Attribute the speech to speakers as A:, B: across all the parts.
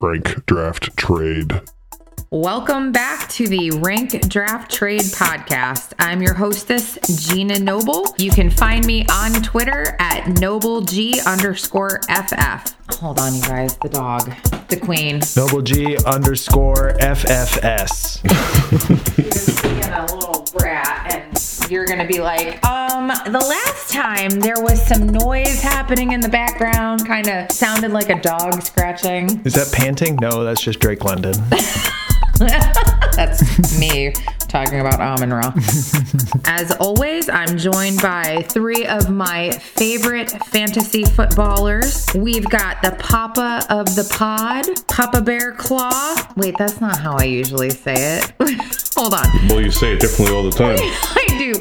A: Rank Draft Trade.
B: Welcome back to the Rank Draft Trade Podcast. I'm your hostess, Gina Noble. You can find me on Twitter at NobleG underscore FF. Hold on, you guys. The dog, the queen.
C: Noble G underscore FFS.
B: being a little brat and you're gonna be like um the last time there was some noise happening in the background kind of sounded like a dog scratching
C: Is that panting? No, that's just Drake London.
B: that's me talking about almond raw as always i'm joined by three of my favorite fantasy footballers we've got the papa of the pod papa bear claw wait that's not how i usually say it hold on
D: Well, you say it differently all the time.
B: I do.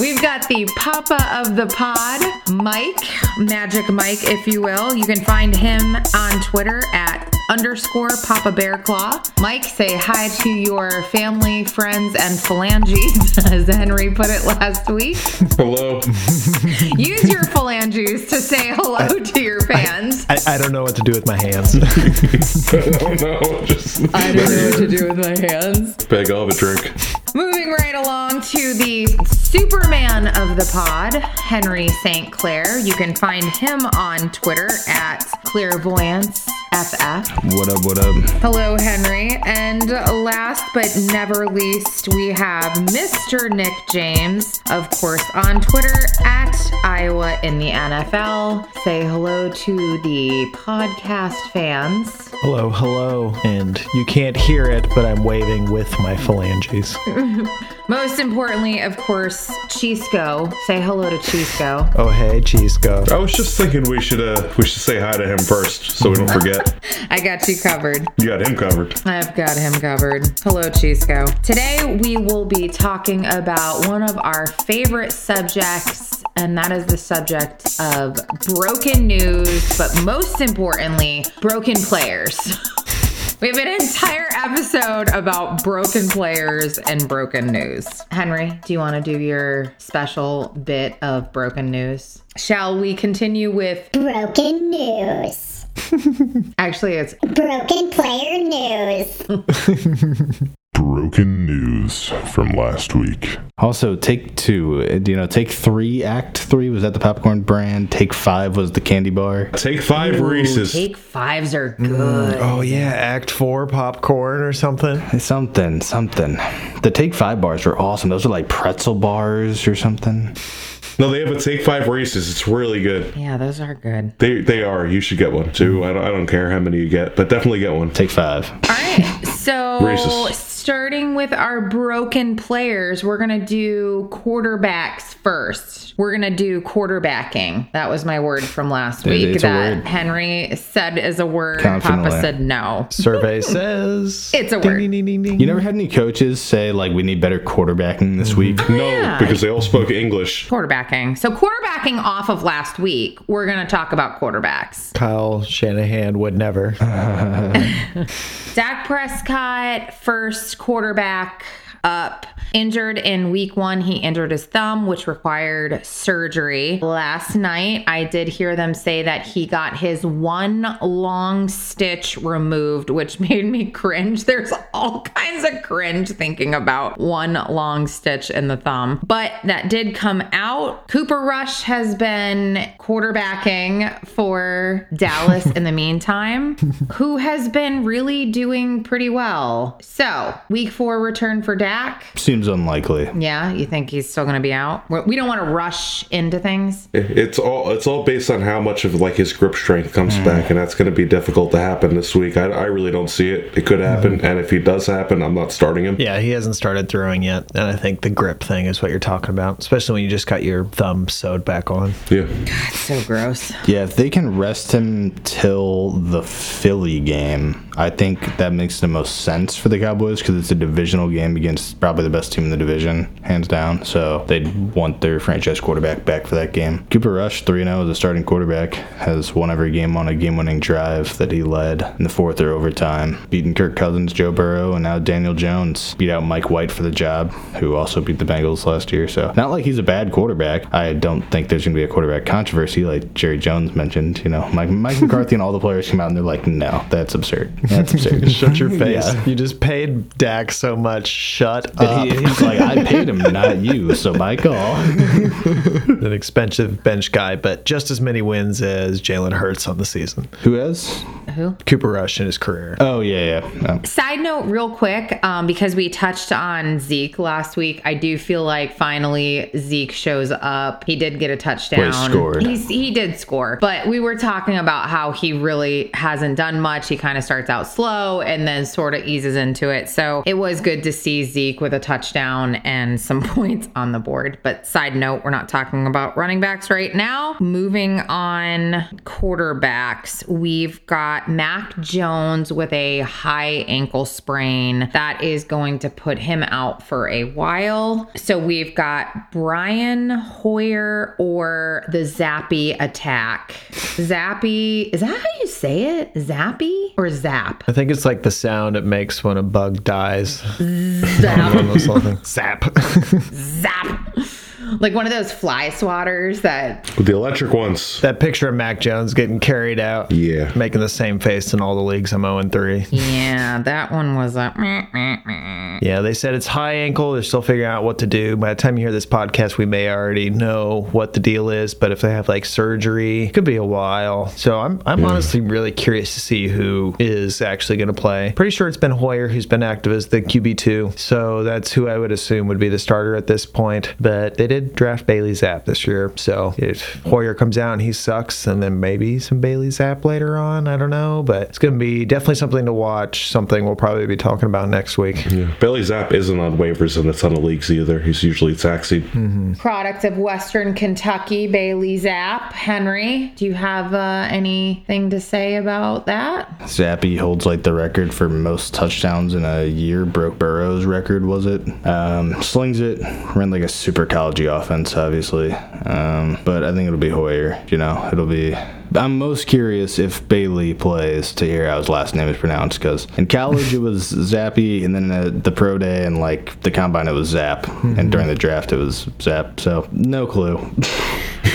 B: We've got the Papa of the Pod, Mike, Magic Mike, if you will. You can find him on Twitter at underscore Papa Bear Claw. Mike, say hi to your family, friends, and phalanges, as Henry put it last week.
D: Hello.
B: Use your phalanges to say hello to your fans.
C: I, I don't know what to do with my hands.
D: I don't know. Oh, Just
B: know what to do with my hands.
D: beg of a drink.
B: Moving right along to the Superman of the pod, Henry St. Clair. You can find him on Twitter at ClairvoyanceFF.
E: What up, what up?
B: Hello, Henry. And last but never least, we have Mr. Nick James, of course, on Twitter at Iowa in the NFL. Say hello to the podcast fans.
C: hello, hello. And you can't hear it, but I'm waving with my phalanges.
B: Most importantly, of course, Chisco. Say hello to Chisco.
C: Oh, hey, cheese go.
D: I was just thinking we should uh we should say hi to him first so we don't forget.
B: I got you covered.
D: You got him covered.
B: I've got him covered. Hello, Chisco. Today we will be talking about one of our favorite subjects, and that is the subject of broken news, but most importantly, broken players. We have an entire episode about broken players and broken news. Henry, do you want to do your special bit of broken news? Shall we continue with
F: Broken news.
B: actually it's
F: Broken player news.
A: Broken news from last week.
E: Also, take two, uh, you know, take three, act three was at the popcorn brand, take five was the candy bar.
D: Take five Reese's.
B: take fives are good.
C: Oh, yeah, Act 4 popcorn or something.
E: Something, something. The take five bars were awesome. Those are like pretzel bars or something.
D: No, they have a take five Reese's. It's really good.
B: Yeah, those are good.
D: They they are. You should get one too. I don't I don't care how many you get, but definitely get one.
E: Take five.
B: All right. So,
D: Racist.
B: starting with our broken players, we're going to do quarterbacks first. We're going to do quarterbacking. That was my word from last week
E: it's a
B: that
E: word.
B: Henry said is a word.
E: Confidently.
B: Papa said no.
C: Survey says.
B: It's a
C: Ding,
B: word.
C: ding, ding, ding, ding.
E: You never had any coaches say, like, we need better quarterbacking this week?
D: No, because they all spoke English.
B: Quarterbacking. So, quarterbacking off of last week, we're going to talk about quarterbacks.
C: Kyle Shanahan would never.
B: Uh. Dak Prescott, first quarterback up. Injured in week one, he injured his thumb, which required surgery. Last night, I did hear them say that he got his one long stitch removed, which made me cringe. There's all kinds of cringe thinking about one long stitch in the thumb, but that did come out. Cooper Rush has been quarterbacking for Dallas in the meantime, who has been really doing pretty well. So, week four return for Dak.
E: Seems unlikely.
B: Yeah, you think he's still going to be out? We- We don't want to rush into things.
D: It's all it's all based on how much of like his grip strength comes
E: Mm.
D: back, and that's going to be difficult to happen this week. I, I really don't see it. It could happen,
E: Mm.
D: and if he does happen, I'm not starting him.
C: Yeah, he hasn't started throwing yet, and I think the grip thing is what you're talking about, especially when you just got your thumb sewed back on.
D: yeah.
B: It's so gross.
E: Yeah, if they can rest him till the Philly game, I think that makes the most sense for the Cowboys because it's a divisional game against team's probably the best team in the division, hands down. So they'd want their franchise quarterback back for that game. Cooper Rush, 3 0 as a starting quarterback, has won every game on a game winning drive that he led in the fourth or overtime, beating Kirk Cousins, Joe Burrow, and now Daniel Jones. Beat out Mike White for the job, who also beat the Bengals last year. So not like he's a bad quarterback. I don't think there's going to be a quarterback controversy like Jerry Jones mentioned. You know, Mike, Mike McCarthy and all the players came out and they're like, no, that's absurd. That's absurd.
C: Shut your face. You just paid Dak so much. Shut up.
E: He- Uh, he's like, I paid him, not you. So my call.
C: An expensive bench guy, but just as many wins as Jalen Hurts on the season.
E: Who has?
B: Who?
C: Cooper Rush in his career.
E: Oh yeah, yeah. Um,
B: Side note, real quick, um, because we touched on Zeke last week, I do feel like finally Zeke shows up. He did get a touchdown.
E: Well, he scored.
B: He's, he did score, but we were talking about how he really hasn't done much. He kind of starts out slow and then sort of eases into it. So it was good to see Zeke with a touchdown and some points on the board. But side note, we're not talking about running backs right now. Moving on, quarterbacks, we've got Mac Jones with a high ankle sprain. That is going to put him out for a while. So we've got Brian Hoyer or the Zappy attack. Zappy, is that how you say it? Zappy or Zap?
C: I think it's like the sound it makes when a bug dies.
B: Zap.
C: Almost like, Zap.
B: Zap. Like one of those fly swatters that
D: With the electric ones.
C: that picture of Mac Jones getting carried out.
D: Yeah.
C: Making the same face in all the leagues. I'm 0 and 3.
B: Yeah, that one was a. meh, meh, meh.
C: Yeah, they said it's high ankle. They're still figuring out what to do. By the time you hear this podcast, we may already know what the deal is. But if they have like surgery, it could be a while. So I'm, I'm honestly really curious to see who is actually going to play. Pretty sure it's Ben Hoyer who's been active as the QB2. So that's who I would assume would be the starter at this point. But they did draft Bailey Zapp this year. So if Hoyer comes out and he sucks, and then maybe some Bailey Zapp later on, I don't know. But it's going to be definitely something to watch, something we'll probably be talking about next week.
D: Bailey Zapp isn't on waivers and it's on the leagues either. He's usually taxied.
B: Product of Western Kentucky, Bailey Zapp. Henry, do you have uh, anything to say about that?
E: Zappy holds like the record for most touchdowns in a year. Broke Burrow's record, was it? Um, slings it. Ran like a super college offense, obviously. Um, but I think it'll be Hoyer. You know, it'll be. I'm most curious if Bailey plays to hear how his last name is pronounced because in college it was Zappy, and then at the pro day and like the combine it was Zap, and during the draft it was Zap. So no clue.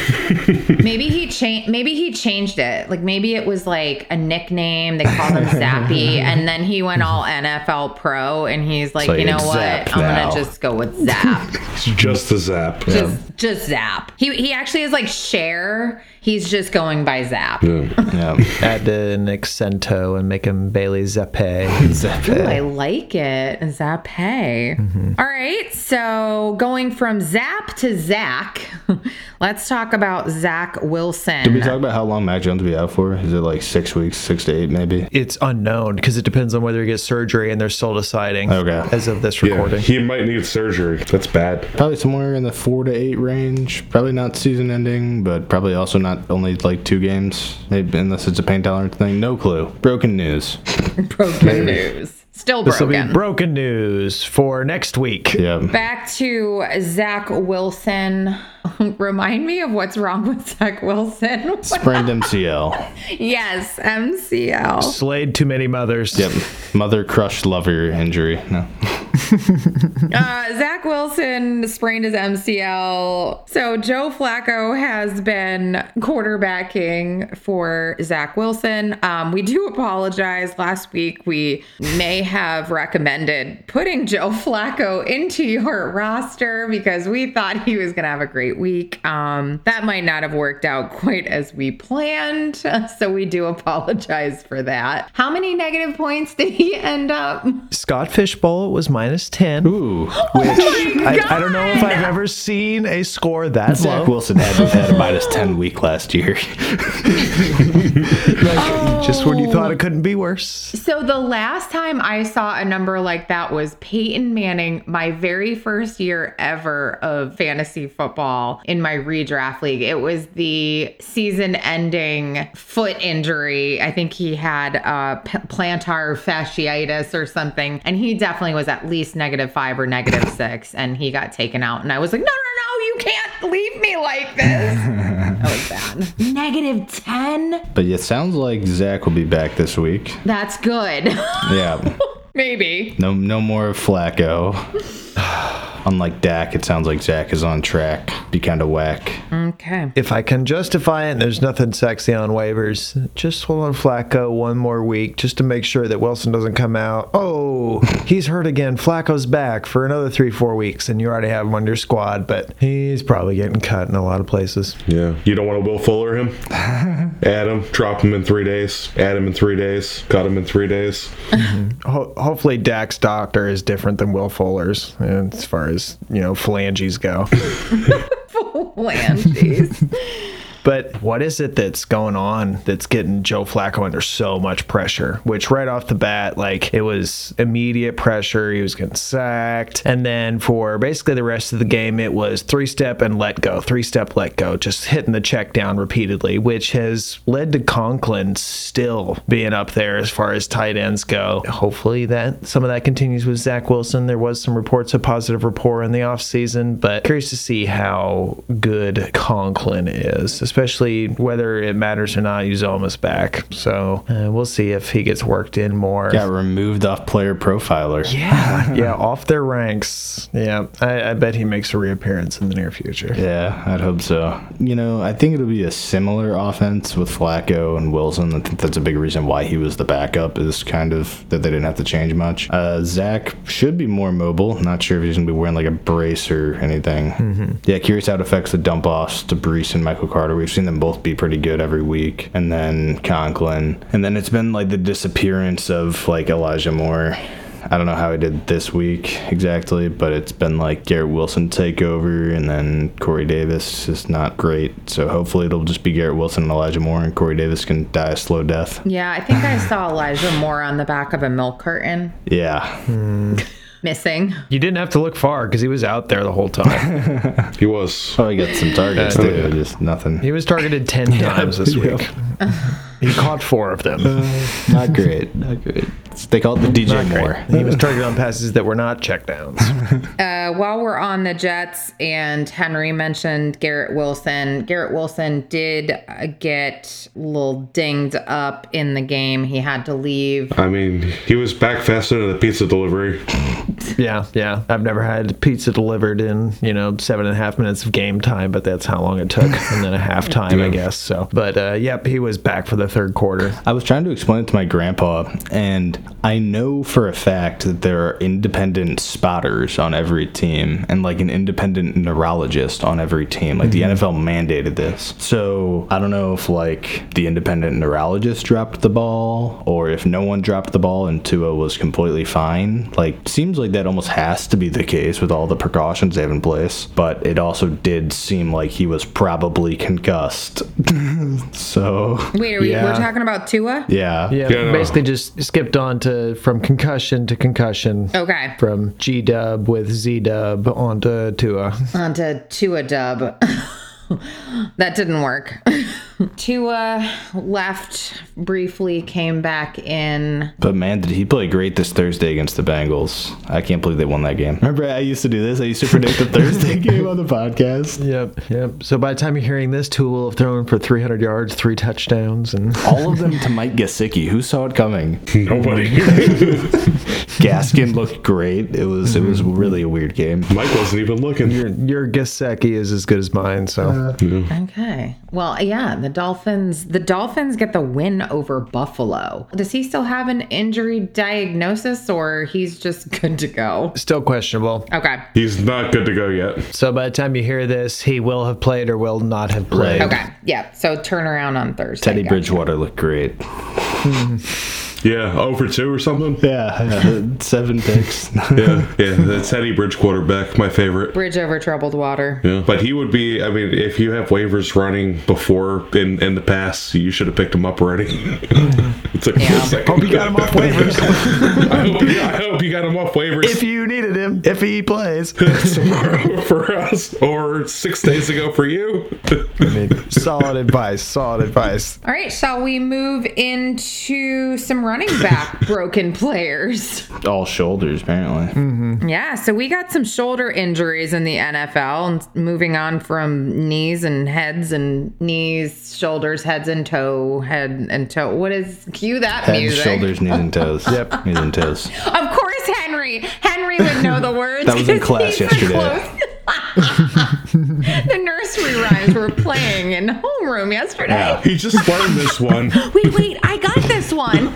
B: Maybe he changed. Maybe he changed it. Like maybe it was like a nickname. They called him Zappy, and then he went all NFL pro, and he's like,
E: So
B: you know
E: it's
B: what?
E: Zapp
B: I'm
E: now."
B: gonna just go with Zap.
D: It's just the Zap.
B: just, just Zap. He he actually is like share. He's just going by Zap.
E: Yeah.
C: add an accento and make him Bailey Zappe.
B: Ooh,
E: Eh.
B: I like it. Zappe.
E: Mm-hmm.
B: All right. So going from Zap to Zach, let's talk about Zach Wilson.
E: Did we talk about how long Mac Jones will be out for? Is it like six weeks, six to eight, maybe?
C: It's unknown because it depends on whether he gets surgery, and they're still deciding
E: Okay.
C: as of this
D: Yeah,
C: recording.
D: he might need surgery. That's bad.
E: Probably somewhere in the four to eight range. Probably not season ending, but probably also not only like two games, maybe, unless it's a pain tolerance thing. No clue. Broken news.
B: broken news? Still
C: This will be
B: broken.
C: broken news for next week.
E: Yeah.
B: Back to Zach Wilson. Remind me of what's wrong with Zach Wilson.
E: Sprained MCL.
B: yes, MCL.
C: Slayed too many mothers.
E: Yep. Mother crush lover injury. No.
B: Uh, Zach Wilson sprained his MCL. So Joe Flacco has been quarterbacking for Zach Wilson. Um, we do apologize. Last week, we may have recommended putting Joe Flacco into your roster because we thought he was going to have a great week. Um, that might not have worked out quite as we planned. So we do apologize for that. How many negative points did he end up?
C: Scott Fishbowl was minus 10.
E: Ooh.
C: I, I don't know if I've ever seen a score that
E: Zach
C: low.
E: Wilson had, had a minus 10 week last year.
C: Like, Just when you
B: Oh.
C: thought it couldn't be worse.
B: So the last time I saw a number like that was Peyton Manning, my very first year ever of fantasy football in my redraft league. It was the season-ending foot injury. I think he had uh, p- plantar fasciitis or something, and he definitely was at least negative five or negative six, and he got taken out. And I was like, no, no, no, you can't leave me like this. that was bad. Negative ten.
E: But it sounds like Zach will be back this week.
B: That's good.
E: Yeah.
B: Maybe.
E: No, no more Flacco. Unlike Dak, it sounds like Zach is on track. Be kind of whack.
B: Okay.
C: If I can justify it, and there's nothing sexy on waivers. Just hold on Flacco one more week just to make sure that Wilson doesn't come out. Oh, he's hurt again. Flacco's back for another three, four weeks, and you already have him on your squad, but he's probably getting cut in a lot of places.
D: Yeah. You don't want to Will Fuller him? Add him, drop him in three days, add him in three days, cut him in three days.
C: Ho- hopefully, Dak's doctor is different than Will Fuller's and as far as, you know, phalanges go.
B: Phalanges.
C: But what is it that's going on that's getting Joe Flacco under so much pressure? Which right off the bat, like it was immediate pressure. He was getting sacked. And then for basically the rest of the game, it was three step and let go, three step, let go, just hitting the check down repeatedly, which has led to Conklin still being up there as far as tight ends go. Hopefully that some of that continues with Zach Wilson. There was some reports of positive rapport in the offseason, but curious to see how good Conklin is, especially whether it matters or not. Uzoma's back, so uh, we'll see if he gets worked in more.
E: Got removed off player profiler.
C: Yeah, yeah, off their ranks. Yeah, I, I bet he makes a reappearance in the near future.
E: Yeah, I'd hope so. You know, I think it'll be a similar offense with Flacco and Wilson. I think that's a big reason why he was the backup is kind of that they didn't have to change much. Uh, Zach should be more mobile. Not sure if he's gonna be wearing like a brace or anything. Yeah, curious how it affects the dump offs to Brees and Michael Carter. We've seen them both be pretty good every week, and then Conklin, and then it's been like the disappearance of like Elijah Moore. I don't know how he did this week exactly, but it's been like Garrett Wilson takeover and then Corey Davis is not great. So hopefully it'll just be Garrett Wilson and Elijah Moore and Corey Davis can die a slow death.
B: yeah, I think I saw Elijah Moore on the back of a milk carton
E: Yeah.
B: missing.
C: You didn't have to look far because he was out there the whole time.
D: He was.
E: Probably got some targets too. Just nothing.
C: he was targeted ten times this week. he caught four of them.
E: Not great. Not great. They call it the DJ Moore.
C: He was targeted on passes that were not checkdowns.
B: Uh, while we're on the Jets, and Henry mentioned Garrett Wilson, Garrett Wilson did uh, get a little dinged up in the game. He had to leave.
D: I mean, he was back faster than the pizza delivery.
C: yeah, yeah. I've never had pizza delivered in you know seven and a half minutes of game time, but that's how long it took, and then a half time, I guess. So, but uh, yep, he was back for the third quarter.
E: I was trying to explain it to my grandpa, and I know for a fact that there are independent spotters on every team and like an independent neurologist on every team. Like the NFL mandated this. So I don't know if like the independent neurologist dropped the ball or if no one dropped the ball and Tua was completely fine. Like, seems like that almost has to be the case with all the precautions they have in place, but it also did seem like he was probably concussed. so.
B: Wait, are we,
E: yeah.
B: we're talking about Tua?
E: Yeah.
C: Yeah,
D: Yeah, no.
C: basically just skipped on to from concussion to concussion.
B: Okay.
C: From G Dub with Z Dub onto Tua.
B: onto Tua Dub. that didn't work. Tua left briefly, came back in.
E: But man, did he play great this Thursday against the Bengals? I can't believe they won that game. Remember, I used to do this. I used to predict the Thursday game on the podcast.
C: Yep, yep. So by the time you're hearing this, Tua will have thrown for 300 yards, three touchdowns, and
E: All of them to Mike Gesicki. Who saw it coming?
D: Nobody.
E: Gaskin looked great. It was it was really a weird game.
D: Mike wasn't even looking.
C: your your Gasecki is as good as mine. So
B: Okay. Well, uh, yeah, the Dolphins. The Dolphins get the win over Buffalo. Does he still have an injury diagnosis, or he's just good to go?
C: still questionable.
B: Okay.
D: He's not good to go yet.
C: So by the time you hear this, he will have played or will not have played.
E: Right.
B: Okay. Yeah. So turn around on Thursday.
E: Teddy
B: guys.
E: Bridgewater looked great.
D: Yeah, over two or something.
E: Yeah, yeah, seven picks.
D: Yeah, yeah, that's Teddy Bridge quarterback, my favorite.
B: Bridge over troubled water.
D: Yeah. But he would be. I mean, if you have waivers running before in in the past, you should have picked him up already. it took me a
B: Yeah.
D: second.
C: Hope you got him off waivers.
D: I, hope, I hope you got him off waivers
C: if you needed him, if he plays.
D: tomorrow for us, or six days ago for you.
C: solid advice. Solid advice.
B: All right, shall we move into some running back broken players?
E: All shoulders, apparently.
C: Mm.
B: Yeah, so we got some shoulder injuries in the NFL and moving on from knees and heads and knees, shoulders, heads and toe, head and toe. What is cue that
E: Head,
B: music?
E: shoulders, knees, and toes. yep. Knees and toes.
B: Of course, Henry. Henry would know the words.
E: That was in
B: 'cause
E: class
B: he's the
E: yesterday.
B: close- the nursery rhymes were playing in homeroom yesterday.
D: He just learned this one.
B: Wait, wait, I got this one.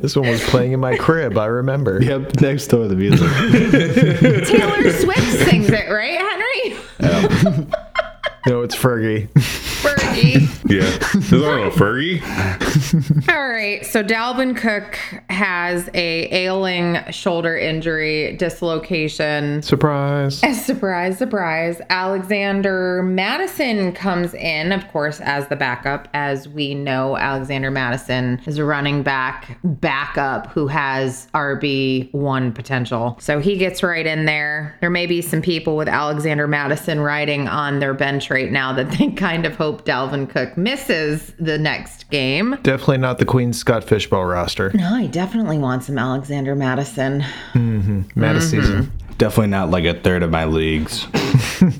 C: This one was playing in my crib. I remember.
E: Yep, next door the music.
B: Taylor Swift sings it, right, Henry?
C: No, it's Fergie.
B: Fergie.
D: Yeah, I don't know, Fergie.
B: All right, so Dalvin Cook has a ailing shoulder injury dislocation.
C: Surprise.
B: Surprise, surprise. Alexander Madison comes in, of course, as the backup. As we know, Alexander Madison is a running back backup who has RB1 potential. So he gets right in there. There may be some people with Alexander Madison riding on their bench right now that they kind of hope Dalvin Cook misses the next game.
C: Definitely not the Queen Scott Fishbowl roster.
E: Mm-hmm.
B: No, I definitely want some Alexander Madison.
C: Madison.
E: Mm-hmm. Definitely not like a third of my leagues.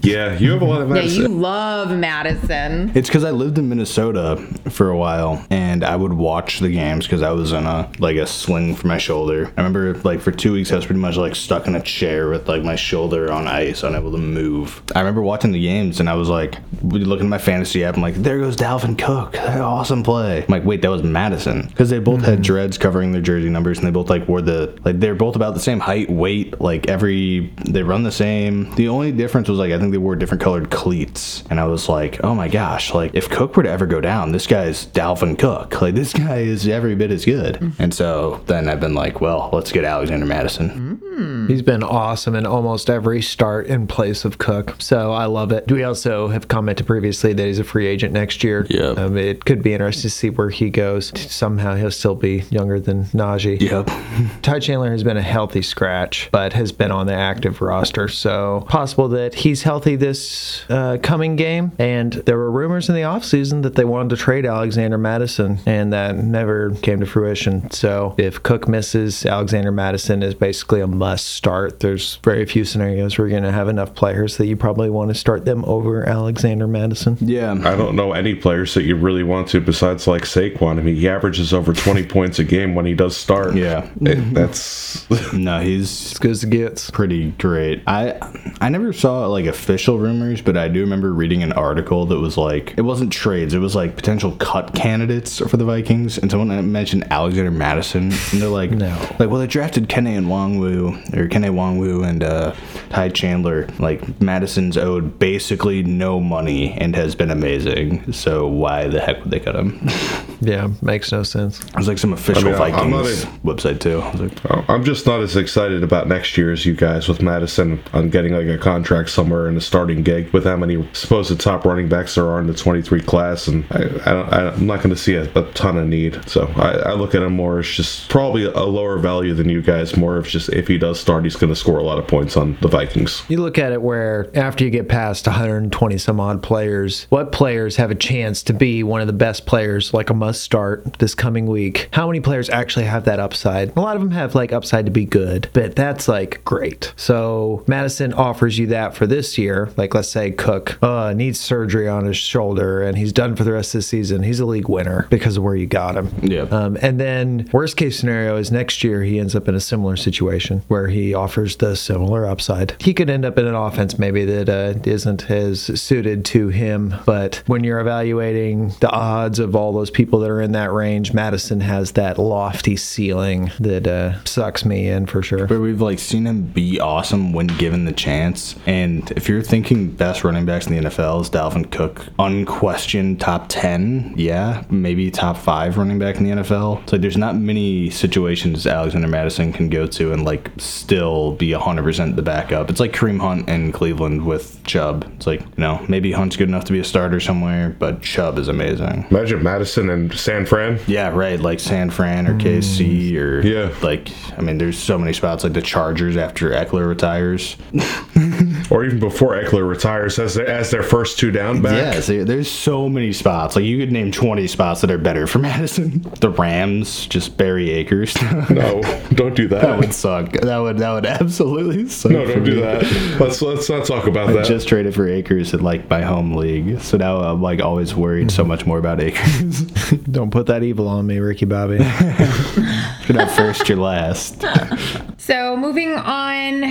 D: Yeah, you have a lot of
B: Yeah,
D: that.
B: you love Madison.
E: It's because I lived in Minnesota for a while, and I would watch the games because I was in a like a sling for my shoulder. I remember like for two weeks I was pretty much like stuck in a chair with like my shoulder on ice, unable to move. I remember watching the games, and I was like looking at my fantasy app. I'm like, there goes Dalvin Cook, awesome play. I'm like, wait, that was Madison because they both had dreads covering their jersey numbers, and they both like wore the like they're both about the same height, weight, like every they run the same. The only difference was like I think they wore different colored cleats, and I was like, oh my gosh, like if Cook were to ever go down, this guy's Dalvin Cook, like this guy is every bit as good. And so then I've been like, well, let's get Alexander Madison.
C: He's been awesome in almost every start in place of Cook. So I love it. We also have commented previously that he's a free agent next year.
E: Yeah.
C: Um, it could be interesting to see where he goes. Somehow he'll still be younger than Najee.
E: Yep.
C: Ty Chandler has been a healthy scratch, but has been on the active roster. So possible that he's healthy this uh, coming game. And there were rumors in the offseason that they wanted to trade Alexander Madison, and that never came to fruition. So if Cook misses, Alexander Madison is basically a must start. There's very few scenarios where you're going to have enough players that you probably want to start them over Alexander Madison.
E: Yeah.
D: I don't know any players that you really want to besides like Saquon. I mean, he averages over 20 points a game when he does start.
E: Yeah.
D: It- that's
E: No, he's
C: As good as it gets.
E: pretty great. I I never saw like official rumors, but I do remember reading an article that was like it wasn't trades, it was like potential cut candidates for the Vikings, and someone uh, mentioned Alexander Madison, and they're like,
C: No.
E: like well they drafted Kenne and Wangwu or Kenne Wangwu and uh, Ty Chandler. Like Madison's owed basically no money and has been amazing, so why the heck would they cut him?
C: Yeah, makes no sense.
E: It was like some official
D: I mean, I- I'm not
E: Vikings website too. I was like,
D: I'm just not as excited about next year as you guys with Madison on getting like a contract somewhere and a starting gig with how many supposed top running backs there are in the 23 class, and I, I don't, I, am not going to see a, a ton of need. So I, I look at him more as just probably a lower value than you guys. More of just if he does start, he's going to score a lot of points on the Vikings.
C: You look at it where after you get past 120 some odd players, what players have a chance to be one of the best players, like a must start this coming week? How many players actually have that upside? A lot of them have like upside to be good, but that's like great. So Madison offers you that for this year. Like let's say Cook uh, needs surgery on his shoulder and he's done for the rest of the season. He's a league winner because of where you got him. Uh,
E: Yeah.
C: Um, and then worst case scenario is next year he ends up in a similar situation where he he offers the similar upside. He could end up in an offense maybe that uh, isn't as suited to him, but when you're evaluating the odds of all those people that are in that range, Madison has that lofty ceiling that uh, sucks me in for sure.
E: where we've like seen him be awesome when given the chance. And if you're thinking best running backs in the NFL is Dalvin Cook, unquestioned top ten, yeah, maybe top five running back in the NFL. It's like there's not many situations Alexander Madison can go to and like still be 100% the backup. It's like Kareem Hunt in Cleveland with Chubb. It's like you know maybe Hunt's good enough to be a starter somewhere, but Chubb is amazing.
D: Imagine Madison and San Fran.
E: Yeah, right. Like San Fran or KC or
D: Mm. Yeah.
E: Like I mean, there's so many spots. Like the Chargers after Eckler retires.
D: Or even before Eckler retires as, as their first two down back.
E: Yeah, so there's so many spots. Like you could name 20 spots that are better for Madison. The Rams, just Barry Akers. that
D: No, don't do that.
E: would suck. That would that would absolutely suck.
D: no,
E: for
D: don't do
E: me.
D: that. Let's let's not talk about
E: I
D: that.
E: just traded for Akers in like my home league, so now I'm like always worried
D: Mm-hmm.
E: so much more about Akers.
C: Don't put that evil on me, Ricky Bobby.
E: you're not first, you're last.
B: So moving on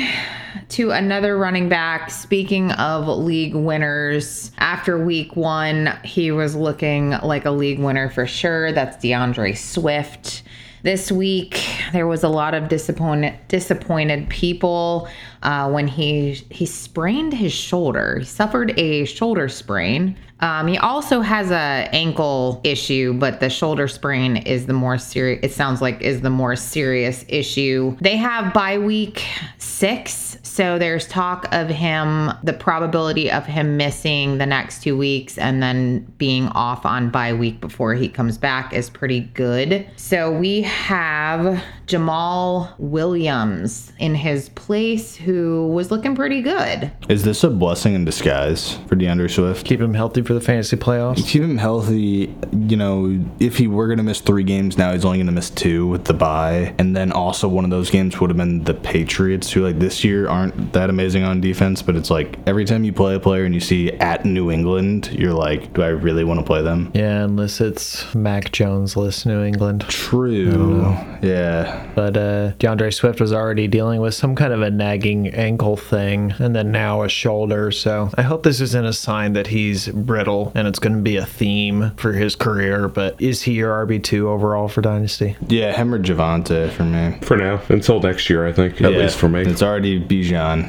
B: to another running back. Speaking of league winners, after week one, he was looking like a league winner for sure. That's DeAndre Swift. This week, there was a lot of disappointed disappointed people uh, when he he sprained his shoulder. He suffered a shoulder sprain. Um, he also has a ankle issue, but the shoulder sprain is the more serious. It sounds like is the more serious issue. They have bye week six, so there's talk of him, the probability of him missing the next two weeks and then being off on bye week before he comes back is pretty good. So we have Jamal Williams in his place, who was looking pretty good.
E: Is this a blessing in disguise for DeAndre Swift?
C: Keep him healthy for the fantasy playoffs.
E: keep him healthy. You know, if he were going to miss three games, now he's only going to miss two with the bye. And then also one of those games would have been the Patriots, who like this year aren't that amazing on defense. But it's like every time you play a player and you see at New England, you're like, do I really want to play them?
C: Yeah, unless it's Mac Jones list New England.
E: True. Yeah.
C: But uh, DeAndre Swift was already dealing with some kind of a nagging ankle thing, and then now a shoulder. So I hope this isn't a sign that he's brittle and it's going to be a theme for his career. But is he your RB2 overall for Dynasty?
E: Yeah. Him or Javante for me.
D: for now, until next year, I think. At
E: Yeah.
D: least for me.
E: It's already Bijan.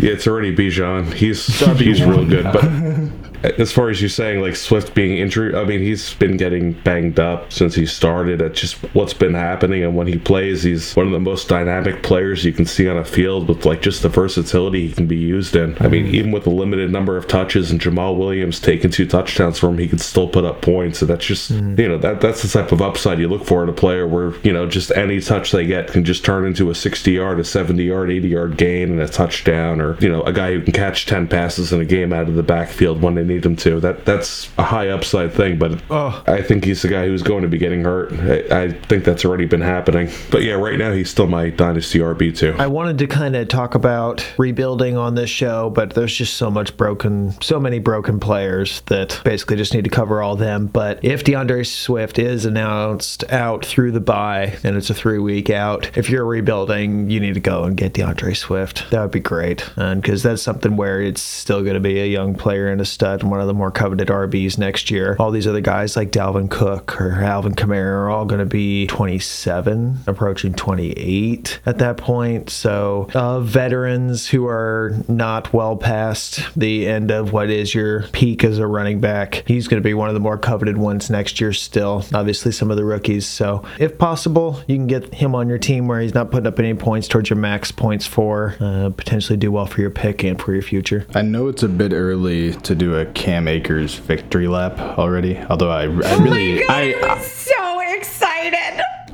D: yeah, it's already Bijan. He's he's real good, but. As far as you saying like Swift being injured, I mean he's been getting banged up since he started. At just what's been happening, and when he plays, he's one of the most dynamic players you can see on a field with like just the versatility he can be used in. I mean, even with a limited number of touches and Jamal Williams taking two touchdowns from him, he could still put up points. And that's just you know that that's the type of upside you look for in a player where you know just any touch they get can just turn into a 60 yard, a 70 yard, 80 yard gain and a touchdown, or you know a guy who can catch 10 passes in a game out of the backfield when they need him to. That that's a high upside thing, but I think he's the guy who's going to be getting hurt. I, I think that's already been happening. But yeah, right now he's still my dynasty RB two.
C: I wanted to kind of talk about rebuilding on this show, but there's just so much broken, so many broken players that basically just need to cover all them. But if DeAndre Swift is announced out through the bye and it's a three week out, if you're rebuilding, you need to go and get DeAndre Swift. That would be great. And because that's something where it's still going to be a young player and a stud and one of the more coveted RBs next year. All these other guys like Dalvin Cook or Alvin Kamara are all going to be 27, approaching 28 at that point. So, uh, veterans who are not well past the end of what is your peak as a running back, he's going to be one of the more coveted ones next year still. Obviously, some of the rookies. So, if possible, you can get him on your team where he's not putting up any points towards your max points for, uh, potentially do well for your pick and for your future.
E: I know it's a bit early to do a Cam Akers victory lap already, although I, I really, I,
B: so excited.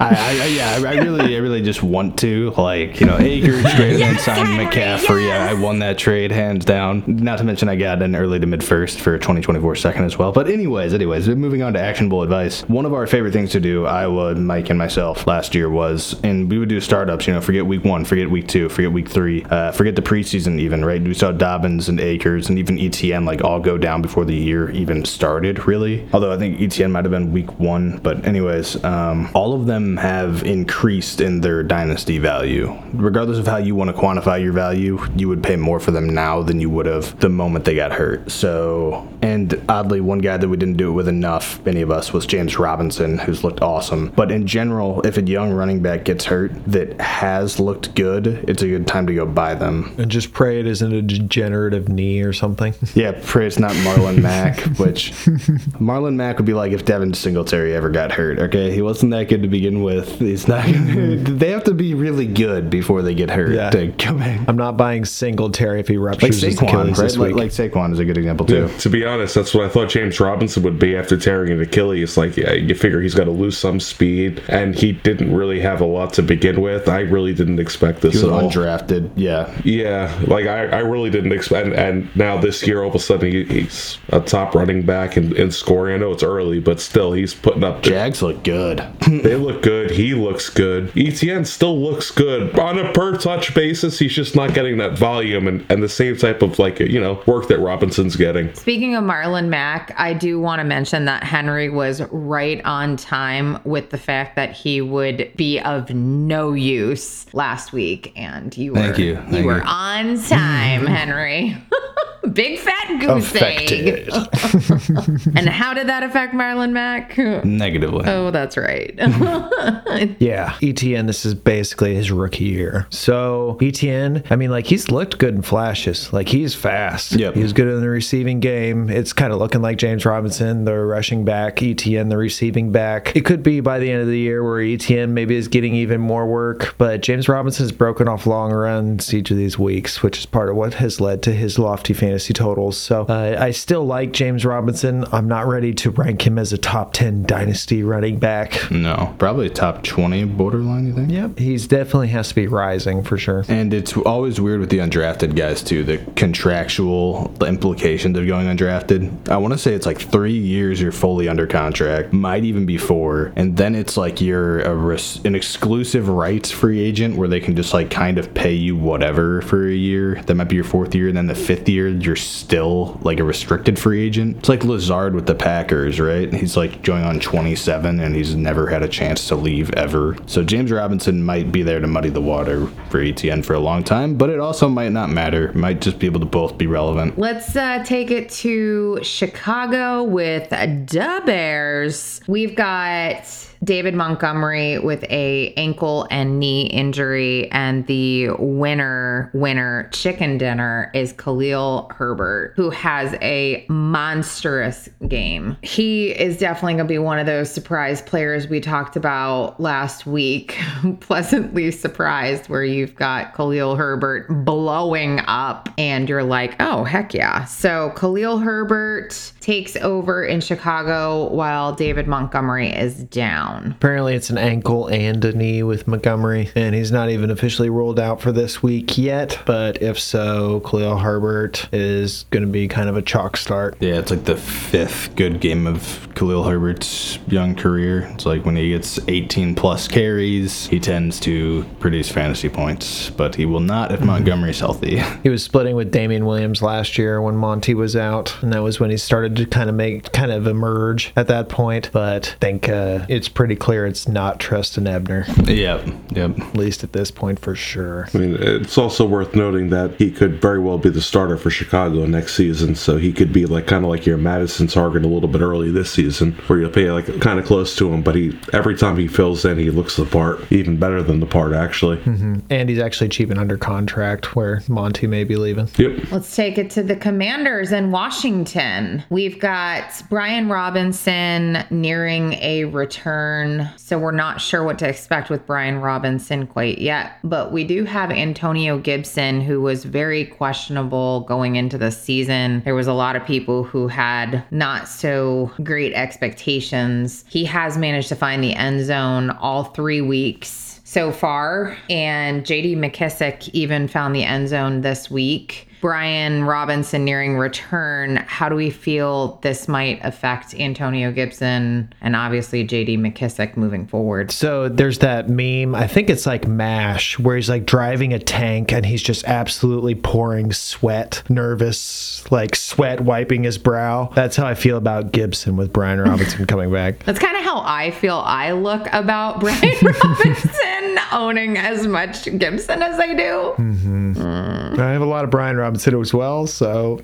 E: I, I, I- yeah, I, I really, I really just want to, like, you know, Akers greater than Simon McCaffrey. Yeah, I won that trade hands down. Not to mention, I got an early to mid first for 2024 second as well. But anyways, anyways, moving on to actionable advice. One of our favorite things to do, Iowa, Mike, and myself last year was, and we would do startups. You know, forget week one, forget week two, forget week three, uh, forget the preseason even. Right? We saw Dobbins and Akers and even ETN like all go down before the year E even started. Really, although I think ETN might have been week one, but anyways, um, all of them them have increased in their dynasty value. Regardless of how you want to quantify your value, you would pay more for them now than you would have the moment they got hurt. So, and oddly, one guy that we didn't do it with enough, any of us, was James Robinson, who's looked awesome. But in general, if a young running back gets hurt that has looked good, it's a good time to go buy them.
C: And just pray it isn't a degenerative knee or something.
E: Yeah, pray it's not Marlon Mack, which Marlon Mack would be like if Devin Singletary ever got hurt. Okay, he wasn't that good to begin with. He's not. they have to be really good before they get hurt
C: Yeah.
E: to come in.
C: I'm not buying Singletary if he
E: Like
C: ruptures his
E: Saquon,
C: Achilles
E: right?
C: this
E: Like,
C: week.
E: like Saquon is a good example too.
D: To be honest, that's what I thought James Robinson would be after tearing an Achilles. Like, yeah, you figure he's got to lose some speed, and he didn't really have a lot to begin with. I really didn't expect this
E: He was
D: at all.
E: undrafted. Yeah,
D: Yeah, like I, I really didn't expect. And, and now this year, all of a sudden, he, he's a top running back and, and scoring. I know it's early, but still, he's putting up.
E: Jags look good.
D: They look good. He looks good. ETN still looks good on a per touch basis. He's just not getting that volume and, and the same type of like you know work that Robinson's getting.
B: Speaking of Marlon Mack, I do want to mention that Henry was right on time with the fact that he would be of no use last week, and you were
E: Thank you. Thank
B: were
E: you.
B: on time, Henry. Big fat goose egg.
E: Affected
B: And how did that affect Marlon Mack?
E: negatively.
B: Oh, that's right.
C: Yeah, ETN, E this is basically his rookie year. So, ETN, I mean, like, he's looked good in flashes. Like, he's fast.
E: Yep.
C: He's good in the receiving game. It's kind of looking like James Robinson, the rushing back, ETN, the receiving back. It could be by the end of the year where ETN maybe is getting even more work, but James Robinson's broken off long runs each of these weeks, which is part of what has led to his lofty fantasy totals. So, uh, I still like James Robinson. I'm not ready to rank him as a top 10 dynasty running back.
E: No, probably top twenty borderline. You think?
C: Yep, he's definitely has to be rising for sure.
E: And it's always weird with the undrafted guys too. The contractual implications of going undrafted. I want to say it's like three years you're fully under contract, might even be four, and then it's like you're a res- an exclusive rights free agent where they can just like kind of pay you whatever for a year. That might be your fourth year, and then the fifth year you're still like a restricted free agent. It's like Lazard with the Packers, right? He's like going on 27 and he's never had a chance to leave ever. So James Robinson might be there to muddy the water for ETN for a long time, but it also might not matter. Might just be able to both be relevant.
B: Let's uh, take it to Chicago with the Bears. We've got David Montgomery with a ankle and knee injury, and the winner, winner chicken dinner is Khalil Herbert, who has a monstrous game. He is definitely going to be one of those surprise players we talked about last week. Pleasantly surprised where you've got Khalil Herbert blowing up and you're like, oh, heck yeah. So Khalil Herbert takes over in Chicago while David Montgomery is down.
C: Apparently, it's an ankle and a knee with Montgomery, and he's not even officially ruled out for this week yet. But if so, Khalil Herbert is going to be kind of a chalk start.
E: Yeah, it's like the fifth good game of Khalil Herbert's young career. It's like when he gets 18 plus carries, he tends to produce fantasy points, but he will not if Montgomery's healthy.
C: He was splitting with Damian Williams last year when Monty was out, and that was when he started to kind of make kind of emerge at that point. But I think uh, it's pretty clear it's not Tristan Ebner, at
E: yep, yep.
C: least at this point for sure.
D: I mean, it's also worth noting that he could very well be the starter for Chicago next season, so he could be like kind of like your Madison target a little bit early this season, where you'll pay like kind of close to him. But he every time he fills in, he looks the part, even better than the part actually.
C: And he's actually cheaping under contract where Monty may be leaving.
D: Yep.
B: Let's take it to the commanders in Washington. We've got Brian Robinson nearing a return. So we're not sure what to expect with Brian Robinson quite yet. But we do have Antonio Gibson, who was very questionable going into the season. There was a lot of people who had not so great expectations. He has managed to find the end zone all three weeks so far. And JD McKissick even found the end zone this week. Brian Robinson nearing return, how do we feel this might affect Antonio Gibson and obviously JD McKissick moving forward?
C: So there's that meme, I think it's like MASH, where he's like driving a tank and he's just absolutely pouring sweat, nervous, like sweat wiping his brow. That's how I feel about Gibson with Brian Robinson coming back.
B: That's kind of how I feel I look about Brian Robinson owning as much Gibson as I do.
C: I have a lot of Brian Robinson as well, so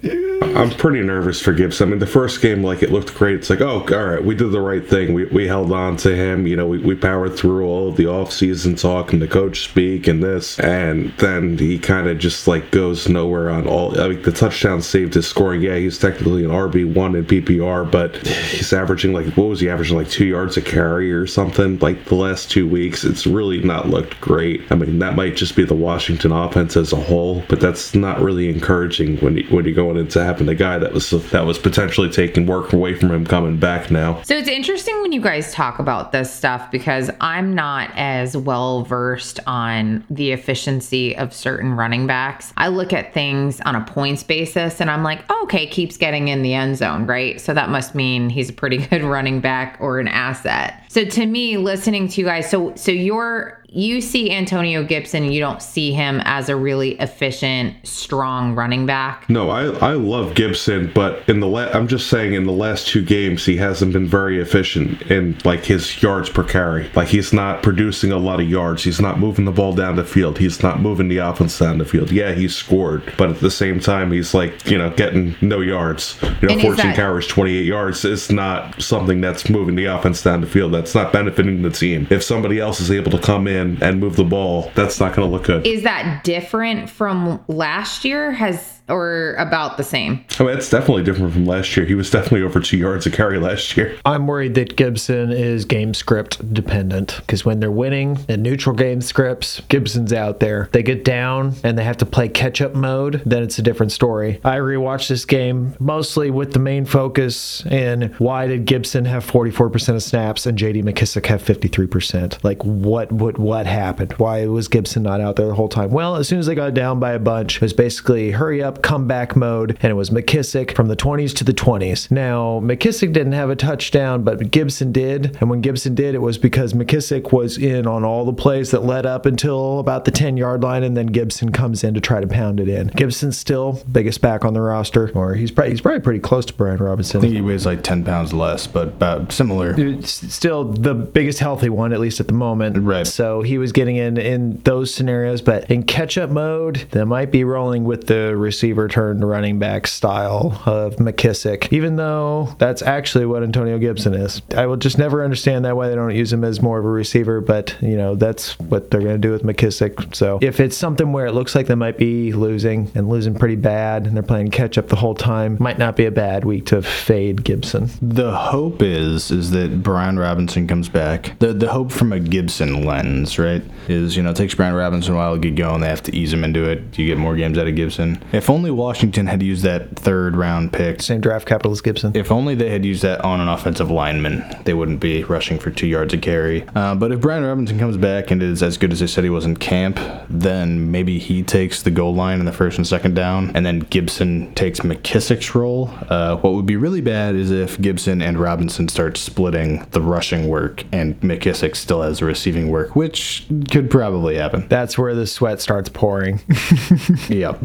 D: I'm pretty nervous for Gibbs. I mean, the first game, like, it looked great. It's like, oh, all right, we did the right thing. We, we held on to him. You know, we, we powered through all of the offseason talk and the coach speak and this. And then he kind of just, like, goes nowhere on all. I mean, the touchdown saved his scoring. Yeah, he's technically an RB1 in PPR, but he's averaging, like, what was he averaging? Like, two yards a carry or something, like, the last two weeks. It's really not looked great. I mean, that might just be the Washington offense as a whole, but that's not really encouraging when, you, when you're going into having the guy that was that was potentially taking work away from him coming back now.
B: So it's interesting when you guys talk about this stuff because I'm not as well versed on the efficiency of certain running backs. I look at things on a points basis and I'm like, oh, okay, keeps getting in the end zone, right? So that must mean he's a pretty good running back or an asset. So to me, listening to you guys, so so you're you see Antonio Gibson, you don't see him as a really efficient, strong running back.
D: No, I, I love Gibson, but in the la- I'm just saying in the last two games he hasn't been very efficient in like his yards per carry. Like he's not producing a lot of yards. He's not moving the ball down the field. He's not moving the offense down the field. Yeah, he scored, but at the same time he's like you know getting no yards. You know,
B: And he's
D: 14
B: not-
D: carries, 28 yards. It's not something that's moving the offense down the field. That's not benefiting the team. If somebody else is able to come in and move the ball, that's not going to look good.
B: Is that different from last year? Has or about the same?
D: I mean, that's definitely different from last year. He was definitely over two yards a carry last year.
C: I'm worried that Gibson is game script dependent because when they're winning in neutral game scripts, Gibson's out there. They get down and they have to play catch up mode, then it's a different story. I rewatched this game mostly with the main focus in why did Gibson have 44% of snaps and JD McKissick have 53%? Like what what what happened? Why was Gibson not out there the whole time? Well, as soon as they got down by a bunch, it was basically hurry up comeback mode and it was McKissick from the 20s to the 20s. Now, McKissick didn't have a touchdown, but Gibson did. And when Gibson did, it was because McKissick was in on all the plays that led up until about the 10 yard line, and then Gibson comes in to try to pound it in. Gibson's still biggest back on the roster, or he's probably, he's probably pretty close to Brian Robinson.
E: I think he weighs like 10 pounds less, but about similar.
C: It's still the biggest healthy one, at least at the moment.
E: Right.
C: So he was getting in in those scenarios, but in catch-up mode, they might be rolling with the receiver turned running back style of McKissick, even though that's actually what Antonio Gibson is. I will just never understand that why they don't use him as more of a receiver, but you know that's what they're going to do with McKissick. So if it's something where it looks like they might be losing and losing pretty bad, and they're playing catch-up the whole time, might not be a bad week to fade Gibson.
E: The hope is is that Brian Robinson comes back. The the hope from a Gibson lens, right? Is you know, it takes Brian Robinson a while to get going, they have to ease him into it. You get more games out of Gibson. If only Washington had used that third round pick.
C: Same draft capital as Gibson.
E: If only they had used that on an offensive lineman, they wouldn't be rushing for two yards a carry. Uh, but if Brian Robinson comes back and is as good as they said he was in camp, then maybe he takes the goal line in the first and second down, and then Gibson takes McKissick's role. Uh, what would be really bad is if Gibson and Robinson start splitting the rushing work, and McKissick still has the receiving work, which could probably happen.
C: That's where the sweat starts pouring.
E: Yep.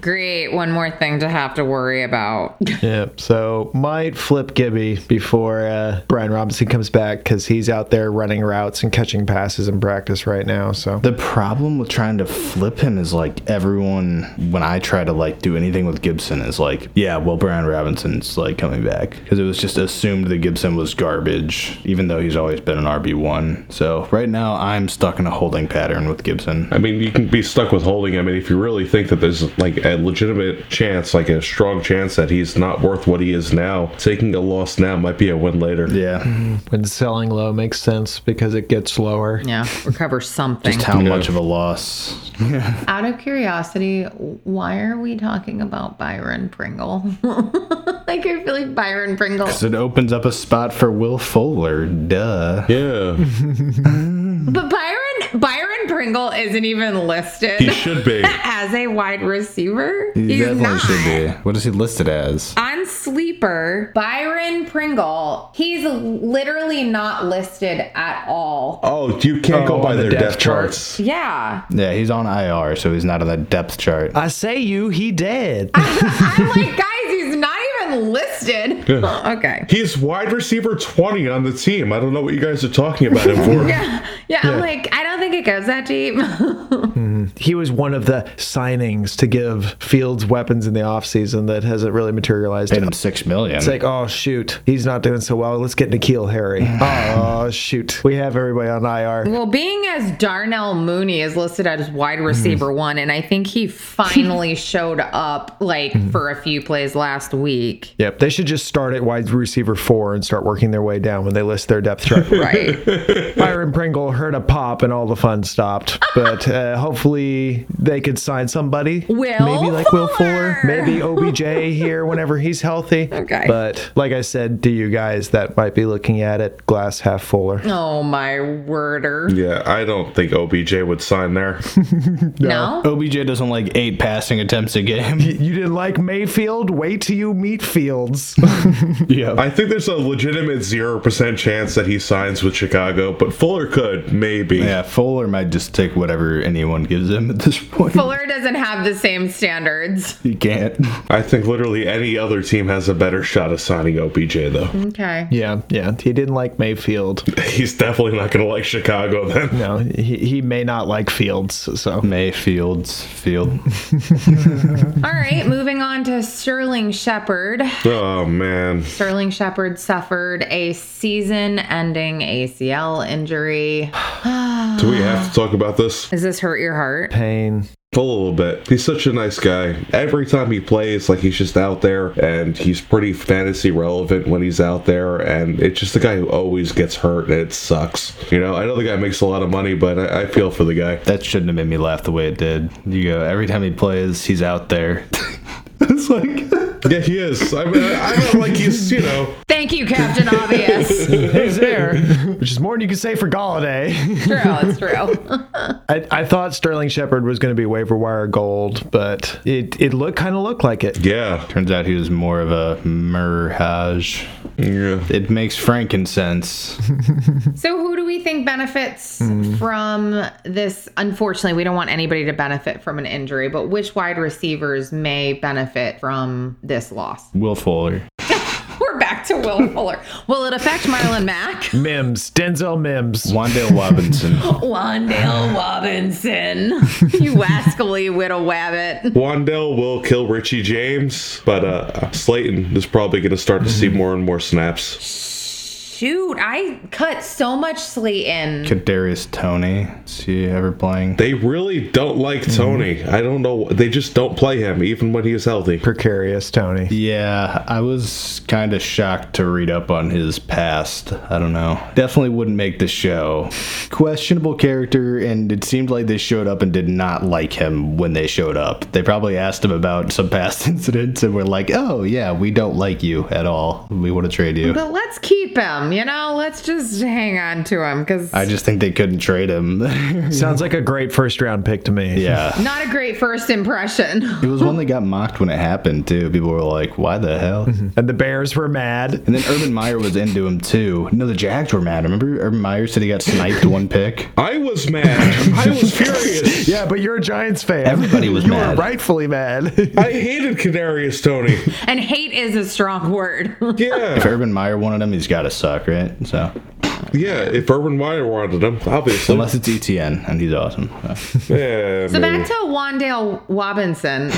B: Great, one more thing to have to worry about.
C: yep. So might flip Gibby before uh, Brian Robinson comes back because he's out there running routes and catching passes in practice right now. So
E: The problem with trying to flip him is like everyone when I try to like do anything with Gibson is like, yeah, well Brian Robinson's like coming back because it was just assumed that Gibson was garbage even though he's always been an RB1. So right now I'm stuck in a holding pattern with Gibson.
D: I mean, you can be stuck with holding. I mean, if you really think that there's like a legitimate chance, like a strong chance that he's not worth what he is now, taking a loss now might be a win later.
E: Yeah.
C: when selling low makes sense because it gets lower.
B: Yeah, recover something.
E: Just how much of a loss.
B: Out of curiosity, why are we talking about Byron Pringle? like I feel like Byron Pringle.
E: It opens up a spot for Will Fuller. Duh.
D: Yeah.
B: But Byron Byron Pringle isn't even listed
D: He should be.
B: as a wide receiver.
E: He
B: He's
E: definitely
B: not.
E: should be. What is he listed as?
B: On Sleeper, Byron Pringle, he's literally not listed at all.
D: Oh, you can't
C: Oh,
D: go by
C: on the
D: their
C: depth
D: depth,
C: chart.
D: charts.
B: Yeah.
E: Yeah, he's on IR, so he's not on the depth chart.
C: I say you, he dead.
B: I'm like, guys, he's not even listed. Okay.
D: He's wide receiver 20 on the team. I don't know what you guys are talking about him for.
B: Yeah, yeah, I'm like, I don't think it goes that deep.
C: he was one of the signings to give Fields weapons in the offseason that hasn't really materialized.
E: Paid him six million.
C: It's like, oh shoot, he's not doing so well. Let's get Nikhil Harry. oh shoot, we have everybody on IR.
B: well, being as Darnell Mooney is listed as wide receiver one, and I think he finally showed up like for a few plays last week.
C: Yep, they should just start at wide receiver four and start working their way down when they list their depth chart.
B: Right.
C: Byron Pringle heard a pop and all the fun stopped. But uh, hopefully they could sign somebody.
B: Will
C: maybe like Will Fuller,
B: Fuller.
C: maybe OBJ here whenever he's healthy.
B: Okay.
C: But like I said to you guys, that might be looking at it glass half fuller.
B: oh my worder.
D: Yeah, I don't think OBJ would sign there.
B: No.
E: OBJ doesn't like eight passing attempts a game.
C: You didn't like Mayfield? Wait till you meet Fields.
E: yeah.
D: I think there's a legitimate 0% chance that he signs with Chicago, but Fuller could, maybe.
E: Yeah, Fuller might just take whatever anyone gives him at this point.
B: Fuller doesn't have the same standards.
E: He can't.
D: I think literally any other team has a better shot of signing OBJ, though.
B: Okay.
C: yeah, yeah. He didn't like Mayfield.
D: He's definitely not going to like Chicago then.
C: No, he, he may not like Fields. So
E: Mayfield's field.
B: All right, moving on to Sterling Shepard.
D: Oh, man.
B: Sterling Shepard suffered a season ending ACL injury.
D: Do we have to talk about this?
B: Does this hurt your heart?
C: pain.
D: A little bit. He's such a nice guy. Every time he plays, like he's just out there, and he's pretty fantasy relevant when he's out there. And it's just the guy who always gets hurt, and it sucks. You know, I know the guy makes a lot of money, but I, I feel for the guy.
E: That shouldn't have made me laugh the way it did. You go, every time he plays, he's out there. it's like,
D: Yeah, he is. I mean, I, I don't like he's, you know,
B: Thank you, Captain Obvious. True,
C: He's there, which is more than you can say for Galladay.
B: it's true.
C: I, I thought Sterling Shepard was going to be waiver wire gold, but it, it looked kind of looked like it.
D: yeah,
E: turns out he was more of a mirage.
D: yeah.
E: It makes frankincense.
B: So, who do we think benefits from this? Unfortunately, we don't want anybody to benefit from an injury, but which wide receivers may benefit from this loss?
E: Will Fuller.
B: We're back to Will Fuller. Will it affect Marlon Mack?
C: Mims, Denzel Mims.
E: Wandale Robinson.
B: Wandale Robinson. you rascally widow wabbit.
D: Wandell will kill Richie James, but uh, Slayton is probably going to start to see more and more snaps.
B: Shoot, I cut so much Slayton.
E: Kadarius Tony. Is he ever playing?
D: They really don't like Tony. I don't know. They just don't play him, even when he is healthy.
C: Precarious, Tony.
E: Yeah, I was kind of shocked to read up on his past. I don't know. Definitely wouldn't make the show. Questionable character, and it seemed like they showed up and did not like him when they showed up. They probably asked him about some past incidents and were like, oh, yeah, we don't like you at all. We want to trade you.
B: But let's keep him, you know? Let's just hang on to him because
E: I just think they couldn't trade him.
C: Sounds like a great first round pick to me.
E: yeah.
B: not a great first impression.
E: It was one that got mocked when it happened, too. People were like, why the hell?
C: And the Bears were mad.
E: And then Urban Meyer was into him too. No, the Jags were mad. Remember Urban Meyer said he got sniped one pick?
D: I was mad. I was furious.
C: Yeah, but you're a Giants fan.
E: Everybody was
C: you
E: mad.
C: were rightfully mad.
D: I hated Kadarius Tony.
B: and hate is a strong word.
E: If
D: Yeah,
E: Urban Meyer wanted him, he's got to suck, right? So,
D: yeah. If Urban Meyer wanted him, obviously.
E: unless it's ETN and he's awesome. So.
D: yeah,
B: so
D: maybe.
B: back to Wandale Robinson,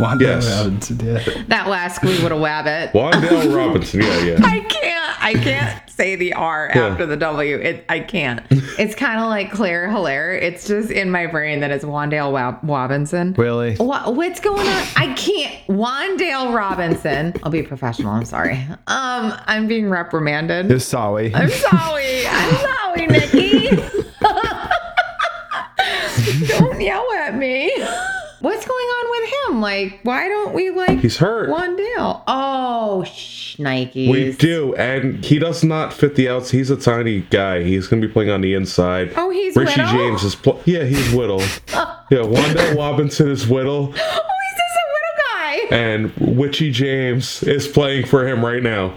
E: Wanda
D: Yes.
E: Robinson, yeah.
B: that rascally widow wabbit.
D: Wandale Robinson. Yeah, yeah.
B: I can't. I can't say the R after the W. It, I can't. It's kind of like Claire Hilaire. It's just in my brain that it's Wandale Wab- Robinson.
C: really?
B: What, what's going on? I can't. Wandale Robinson. I'll be professional. I'm sorry. Um, I'm being reprimanded.
C: It's Sawi.
B: I'm sorry. I'm sorry, Nikki. Don't yell at me. What's going on with him? like, why don't we like
D: He's hurt.
B: one deal? Oh, Nike.
D: We do, and he does not fit the outs. He's a tiny guy. He's going to be playing on the inside.
B: Oh, he's
D: Richie
B: Whittle?
D: James is. Pl- yeah, he's Whittle. yeah, Wanda Robinson is
B: Oh,
D: Whittle,
B: he's just a little guy.
D: and Richie James is playing for him right now.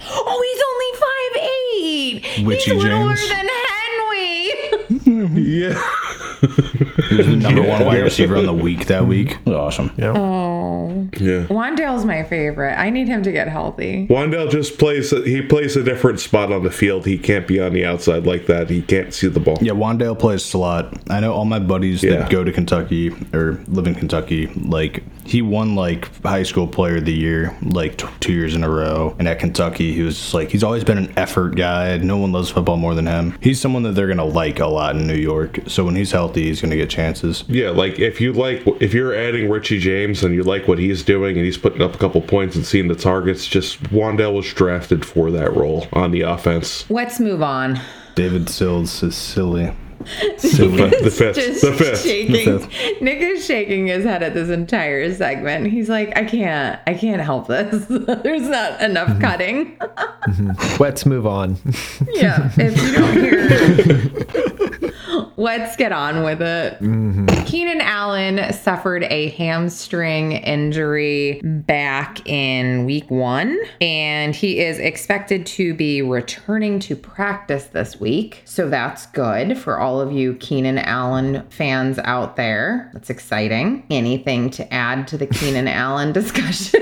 B: Oh, he's only 5'8".
E: Witchy
B: he's littler
E: James.
B: than Henry.
D: Yeah,
E: He was the number one wide receiver on the week
D: Mm-hmm.
E: that week. It was awesome.
B: Oh.
D: yeah.
B: Wandale's my favorite. I need him to get healthy.
D: Wandell just plays. He plays a different spot on the field. He can't be on the outside like that. He can't see the ball.
E: Yeah, Wandale plays slot. I know all my buddies
D: Yeah.
E: that go to Kentucky or live in Kentucky. Like he won like high school player of the year like t- two years in a row, and at Kentucky he was just like he's always been an effort guy. No one loves football more than him. He's someone that they're gonna like a lot in New York. So when he's healthy, he's gonna get chances.
D: Yeah, like if you like if you're adding Richie James and you like what he's doing and he's putting up a couple points and seeing the targets, just Wandell was drafted for that role on the offense.
B: Let's move on.
E: David Sills is silly.
D: The fifth,
B: Just
D: the fifth.
B: shaking. Nick is shaking his head at this entire segment. He's like, I can't, I can't help this. There's not enough
D: Mm-hmm.
B: cutting.
C: Let's move on.
B: Yeah, if you don't hear, let's get on with it. Keenan Allen suffered a hamstring injury back in week one, and he is expected to be returning to practice this week. So that's good for all of you Keenan Allen fans out there. That's exciting. Anything to add to the Keenan Allen discussion?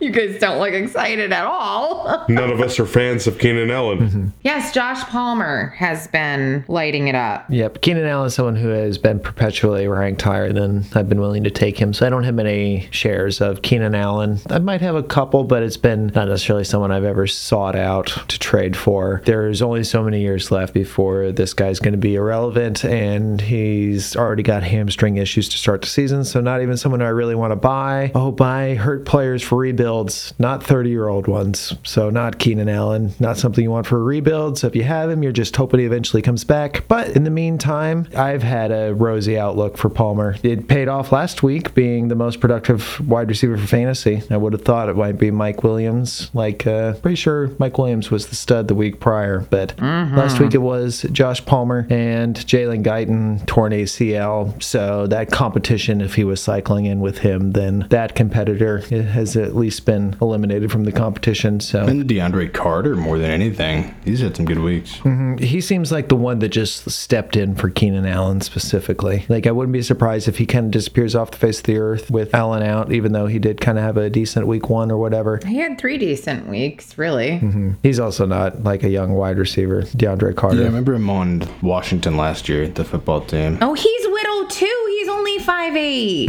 B: You guys don't look excited at all.
D: None of us are fans of Keenan Allen.
B: Yes, Josh Palmer has been lighting it up.
C: Yep. Keenan Allen is someone who has been perpetually ranked higher than I've been willing to take him. So I don't have many shares of Keenan Allen. I might have a couple, but it's been not necessarily someone I've ever sought out to trade for. There's only so many years left before this guy's going to be irrelevant, and he's already got hamstring issues to start the season. So not even someone I really want to buy. Oh, buy hurt players for rebuilds, not 30 year old ones. So not Keenan Allen, not something you want for a rebuild. So if you have him, you're just hoping he eventually comes back. But in the meantime, I've had a rosy outlook for Palmer. It paid off last week being the most productive wide receiver for fantasy. I would have thought it might be Mike Williams. Like, uh, pretty sure Mike Williams was the stud the week prior, but last week it was Josh Palmer and Jalen Guyton torn ACL. So that competition, if he was cycling in with him, then that competitor has at least been eliminated from the competition. So
E: And DeAndre Carter more than anything. He's had some good weeks.
C: he seems like the one that just stepped in for Keenan Allen specifically. Like, I wouldn't be surprised if he kind of disappears off the face of the earth with Allen out, even though he did kind of have a decent week one or whatever.
B: He had three decent weeks, really.
C: He's also not like a young wide receiver, DeAndre Carter.
E: I remember him on Washington last year, the football team.
B: Oh, he's Whittle too. He's only 5'8.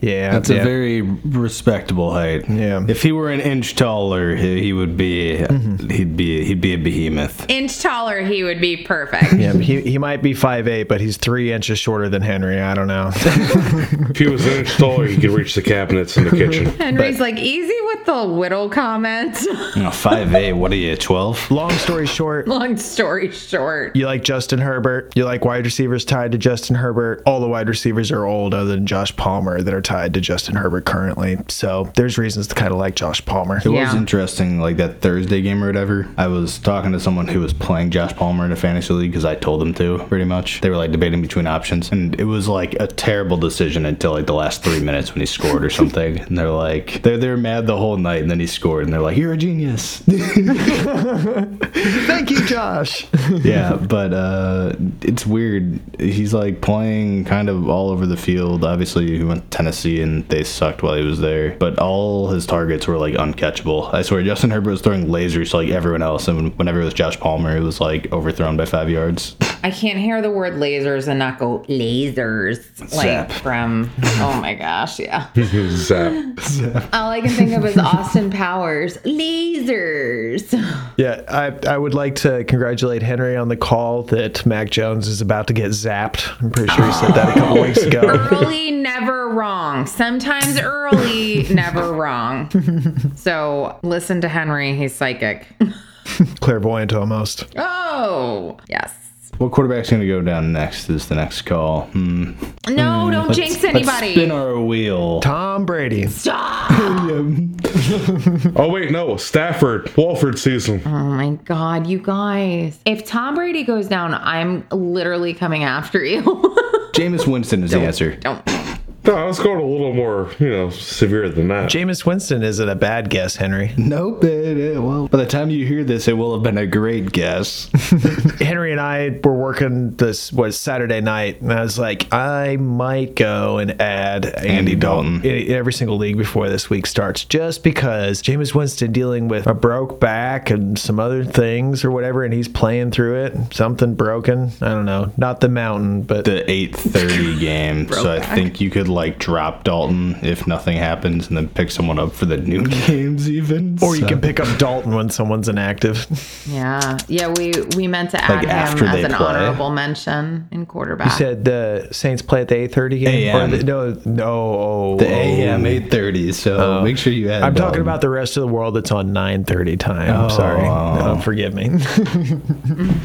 C: yeah.
E: That's a very respectable height.
C: Yeah.
E: If he were an inch taller, he, he would be he'd be he'd be a behemoth.
B: Inch taller, he would be perfect.
C: yeah, he, he might be 5'8, but he's three inches shorter than Henry. I don't know.
D: If he was an inch taller, he could reach the cabinets in the kitchen.
B: Henry's like, easy with the Whittle comments.
E: You know, five eight. What are you? Twelve?
C: Long story short,
B: Long story short.
C: you like Justin Herbert. You like wide receivers tied to Justin Herbert. All the wide receivers are old, other than Josh Palmer, that are tied to Justin Herbert currently. So there's reasons to kind of like Josh Palmer.
E: It was
B: Yeah.
E: interesting, like that Thursday game or whatever. I was talking to someone who was playing Josh Palmer in a fantasy league because I told them to, pretty much. They were like debating between options, and it was like a terrible decision until like the last three minutes when he scored or something. And they're like, they're they're mad the whole night, and then he scored, and they're like, you're a genius.
C: Thank you, Josh.
E: yeah, but uh, it's weird. He's like playing kind of all over the field. Obviously, he went to Tennessee and they sucked while he was there. But all his targets were like uncatchable. I swear, Justin Herbert was throwing lasers to like everyone else, and whenever it was Josh Palmer, it was like overthrown by five yards.
B: I can't hear the word lasers and not go lasers. Like
E: Zap.
B: from, oh my gosh, yeah.
D: Zap.
B: All I can think of is Austin Powers. Lasers.
C: Yeah, I, I would like to congratulate Henry on the call that Mac Jones is about to get zapped. I'm pretty sure he said that a couple weeks ago.
B: early never wrong sometimes early never wrong so listen to henry he's psychic
C: Clairvoyant almost.
B: oh yes
E: What quarterback's going to go down next is the next call. Hmm.
B: No, don't jinx
E: Let's spin
B: anybody.
E: our wheel.
C: Tom Brady.
B: Stop.
D: Oh wait, no, Stafford, Walford season.
B: Oh my God, you guys. If Tom Brady goes down, I'm literally coming after you.
E: Jameis Winston is the answer.
B: don't.
D: No, I was going a little more, you know, severe than that.
C: Jameis Winston isn't a bad guess, Henry.
E: Nope. It, it, well, by the time you hear this, it will have been a great guess.
C: Henry and I were working this was Saturday night, and I was like, I might go and add Andy
E: Dalton.
C: Dalton in every single league before this week starts, just because Jameis Winston dealing with a broke back and some other things or whatever, and he's playing through it. Something broken. I don't know. Not the mountain, but
E: the 8:30 game, so I think you could like drop Dalton if nothing happens, and then pick someone up for the noon games even.
C: or you
E: So-
C: can pick up Dalton when someone's inactive.
B: Yeah, yeah. We we meant to add
E: Like,
B: him
E: after
B: as
E: they
B: an
E: play?
B: honorable mention in quarterback.
C: Said the Saints play at the eight thirty game.
E: AM.
C: Or the, no, no.
E: the AM 8:30. So make sure you add.
C: Oh. I'm
E: Dalton.
C: talking about the rest of the world that's on 9:30 time. Sorry, No, forgive me.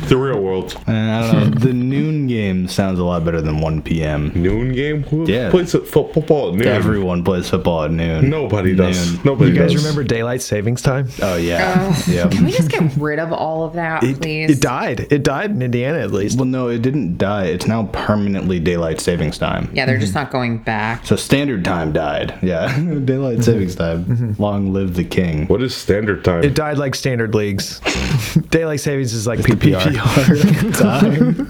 D: The real world.
E: Uh, I don't know. the noon game sounds a lot better than 1 p.m.
D: Noon game? Who
E: Yeah.
D: plays at fo- football at noon?
E: Everyone plays football at noon.
D: Nobody does.
E: Noon.
D: Nobody
C: you guys
D: does.
C: remember daylight savings time?
E: Oh yeah. yeah.
B: Can we just get rid of all of that,
C: It,
B: please?
C: it died. It died in Indiana at least.
E: Well, no, it didn't die. It's now permanently daylight savings time.
B: Yeah, they're just not going back.
E: So standard time died. Yeah,
C: Mm-hmm.
E: daylight savings time. Long live the king.
D: What is standard time?
C: It died like standard leagues. daylight savings is like PPR.
E: time.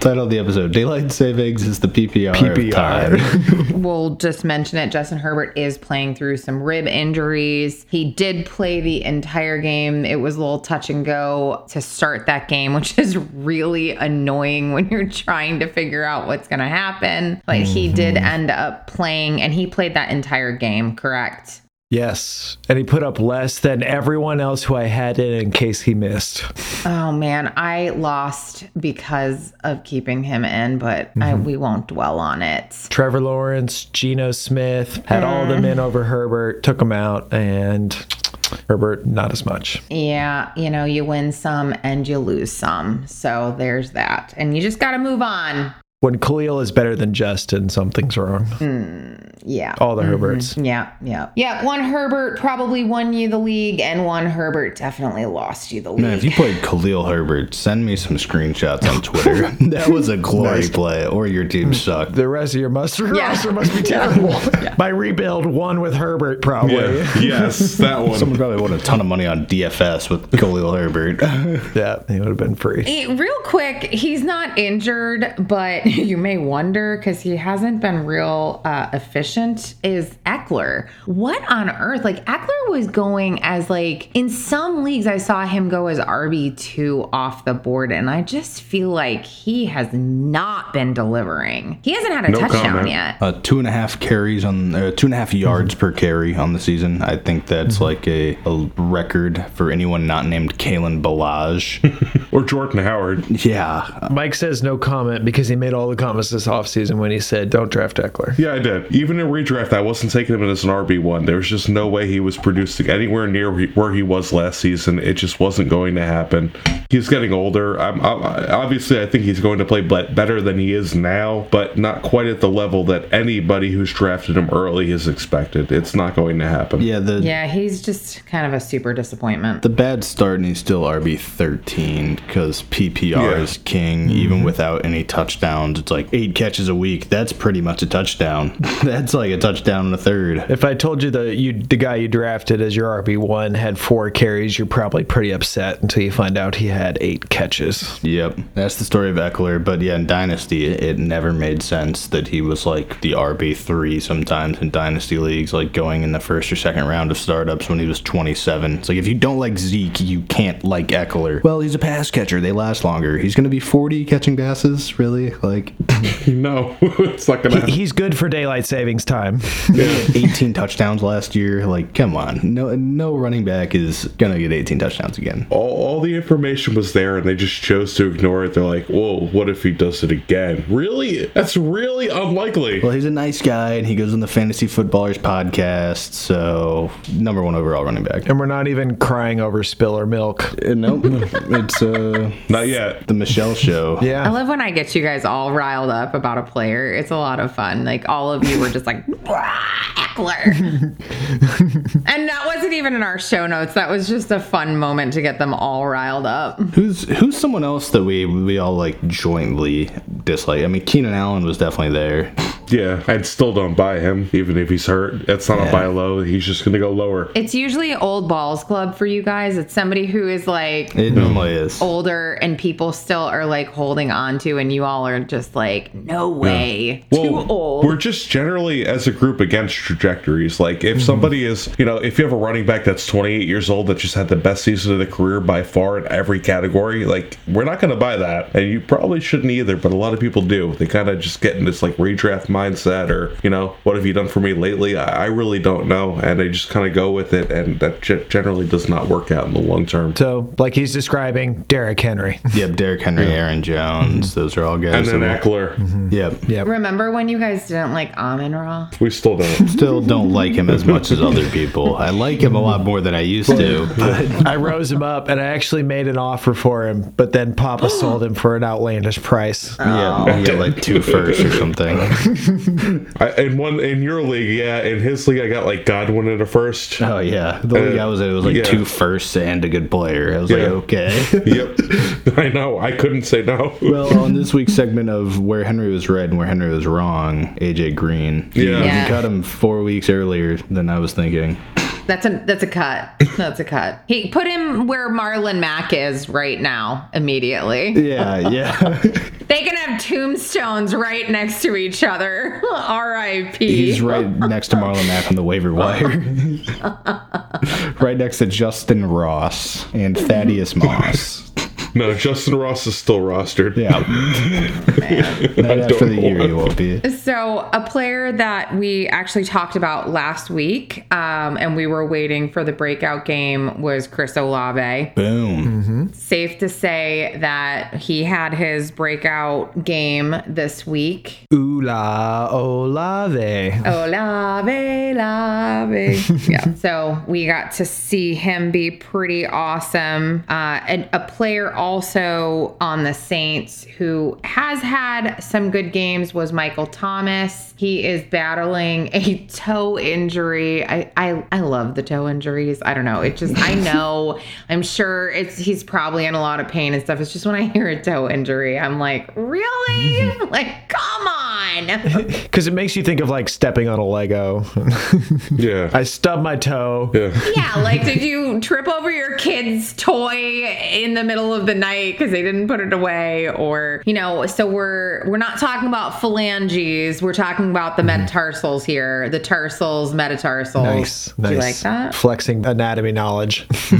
E: Title of the episode: Daylight savings is the PPR, of
C: PPR.
E: time.
B: We'll just mention it. Justin Herbert is playing through some rib injuries. He did play the entire game. It was a little touch and go to start that game, which is really annoying when you're trying to figure out what's going to happen. But he did end up playing, and he played that entire game, correct?
C: Yes, and he put up less than everyone else who I had in in case he missed.
B: Oh man, I lost because of keeping him in, but I, we won't dwell on it.
C: Trevor Lawrence, Geno Smith had all the
B: Mm.
C: men over Herbert, took him out, and Herbert not as much.
B: Yeah, you know, you win some and you lose some. So there's that. And you just got to move on.
C: When Khalil is better than Justin, something's wrong.
B: Yeah.
C: All the Herberts.
B: Yeah, yeah. Yeah, one Herbert probably won you the league, and one Herbert definitely lost you the league.
E: Man, if you played Khalil Herbert, send me some screenshots on Twitter. that was a glory play, or your team sucked.
C: The rest of your mustard
B: Yeah.
C: roster must be terrible. My rebuild won with Herbert, probably.
D: yeah. yes, that
E: Someone
D: one.
E: probably won a ton of money on DFS with Khalil Herbert.
C: Yeah, he would have been free.
B: Eh, Real quick, he's not injured, but you may wonder because he hasn't been real uh, efficient. Is Eckler? What on earth? Like Eckler was going as like in some leagues, I saw him go as RB two off the board, and I just feel like he has not been delivering. He hasn't had a
D: No
B: touchdown
D: comment.
B: yet.
E: Uh, two and a half carries on uh, two and a half yards per carry on the season. I think that's like a, a record for anyone not named Kalen Balaj.
D: Or Jordan Howard.
E: yeah,
C: Mike says no comment because he made all the comments this offseason when he said, don't draft Eckler.
D: Yeah, I did. Even in redraft, I wasn't taking him as an RB1. There was just no way he was producing anywhere near he- where he was last season. It just wasn't going to happen. He's getting older. I'm, I'm, obviously, I think he's going to play bet- better than he is now, but not quite at the level that anybody who's drafted him early is expected. It's not going to happen.
E: yeah. The
B: Yeah, he's just kind of a super disappointment.
E: the bad start, and he's still RB thirteen because PPR
D: Yeah.
E: is king. Even without any touchdowns, it's like eight catches a week. That's pretty much a touchdown. that's like a touchdown and a third.
C: If I told you the you the guy you drafted as your RB one had four carries, you're probably pretty upset until you find out he had eight catches.
E: Yep, that's the story of Eckler. But yeah, in Dynasty, it, it never made sense that he was like the RB three sometimes in Dynasty leagues, like going in the first or second round of startups when he was 27. It's like if you don't like Zeke, you can't like Eckler. Well, he's a pass catcher; they last longer. He's going to be 40 catching passes, really. Like think
D: No, it's not gonna. happen.
C: He's good for daylight savings time.
E: 18 touchdowns last year. Like, come on. No no running back is going to get 18 touchdowns again.
D: all, all the information was there and they just chose to ignore it. They're like, whoa, what if he does it again? Really? That's really unlikely.
E: Well, he's a nice guy and he goes on the Fantasy Footballers podcast. So, number one overall running back.
C: and we're not even crying over spill or milk.
E: Uh, nope. it's uh,
D: Not yet.
E: the Michelle show.
C: Yeah.
B: I love when I get you guys all riled up about a player. It's a lot of fun. Like all of you were just like Eckler, and that wasn't even in our show notes. That was just a fun moment to get them all riled up.
E: Who's who's someone else that we we all like jointly dislike? I mean, Keenan Allen was definitely there.
D: Yeah, I still don't buy him, even if he's hurt. That's not a buy low. He's just gonna go lower.
B: It's usually old balls club for you guys. It's somebody who is like
E: It normally is.
B: older and people still are like holding on to, and you all are just like, no way, too
D: Well,
B: old.
D: We're just generally as a group against trajectories. Like
B: Mm-hmm.
D: if somebody is, you know, if you have a running back that's 28 years old that just had the best season of the career by far in every category, like we're not going to buy that, and you probably shouldn't either. But a lot of people do. They kind of just get in this like redraft mindset, or you know, what have you done for me lately? I, I really don't know, and they just kind of go with it, and that ge- generally does not work out in the long term.
C: So, like he's describing Derrick Henry.
E: Yep, Derrick Henry, Aaron Jones, those are all
D: And
E: guys.
D: then
E: that
D: Eckler,
B: Mm-hmm.
E: we- yep.
C: Yep.
B: Remember when you guys didn't like Amon Ra?
D: we still don't.
E: Still don't like him as much as other people. I like him a lot more than I used to. But
C: I rose him up and I actually made an offer for him, but then Papa sold him for an outlandish price.
B: Uh.
E: yeah, he got like two firsts or something.
D: I, in one in your league, yeah. In his league, I got like Godwin in a first.
E: Oh yeah, the league I was in it was like
D: yeah.
E: two firsts and a good player. I was
D: Yeah.
E: like, okay.
D: yep. I know. I couldn't say no.
E: Well, on this week's segment of where Henry was right and where Henry was wrong, AJ Green. He-
D: Yeah.
B: Yeah.
E: He cut him four weeks earlier than I was thinking.
B: That's a that's a cut. That's a cut. He put him where Marlon Mack is right now. Immediately,
E: Yeah, yeah.
B: they can have tombstones right next to each other. R.I.P.
E: He's right next to Marlon Mack on the waiver wire. right next to Justin Ross and Thaddeus Moss.
D: No, Justin Ross is still rostered.
E: Yeah. Not after the year he won't be.
B: So, a player that we actually talked about last week, um, and we were waiting for the breakout game was Chris Olave.
E: Boom.
B: Safe to say that he had his breakout game this week.
C: Ooh la Olave.
B: Oh, Olave, lave. yeah. So we got to see him be pretty awesome. Uh, and a player also on the Saints who has had some good games was Michael Thomas. He is battling a toe injury. I, I, I love the toe injuries. I don't know. It just, I know, I'm sure it's, he's probably in a lot of pain and stuff. It's just when I hear a toe injury, I'm like, really? like, come on.
C: Because it makes you think of like stepping on a Lego.
D: Yeah.
C: I stubbed my toe.
D: yeah.
B: Yeah, like did you trip over your kid's toy in the middle of the night because they didn't put it away, or you know? So we're we're not talking about phalanges. We're talking about the metatarsals here, the tarsals, metatarsals.
C: Mm-hmm. Nice.
B: Do
C: Nice.
B: you like that?
C: Flexing anatomy knowledge.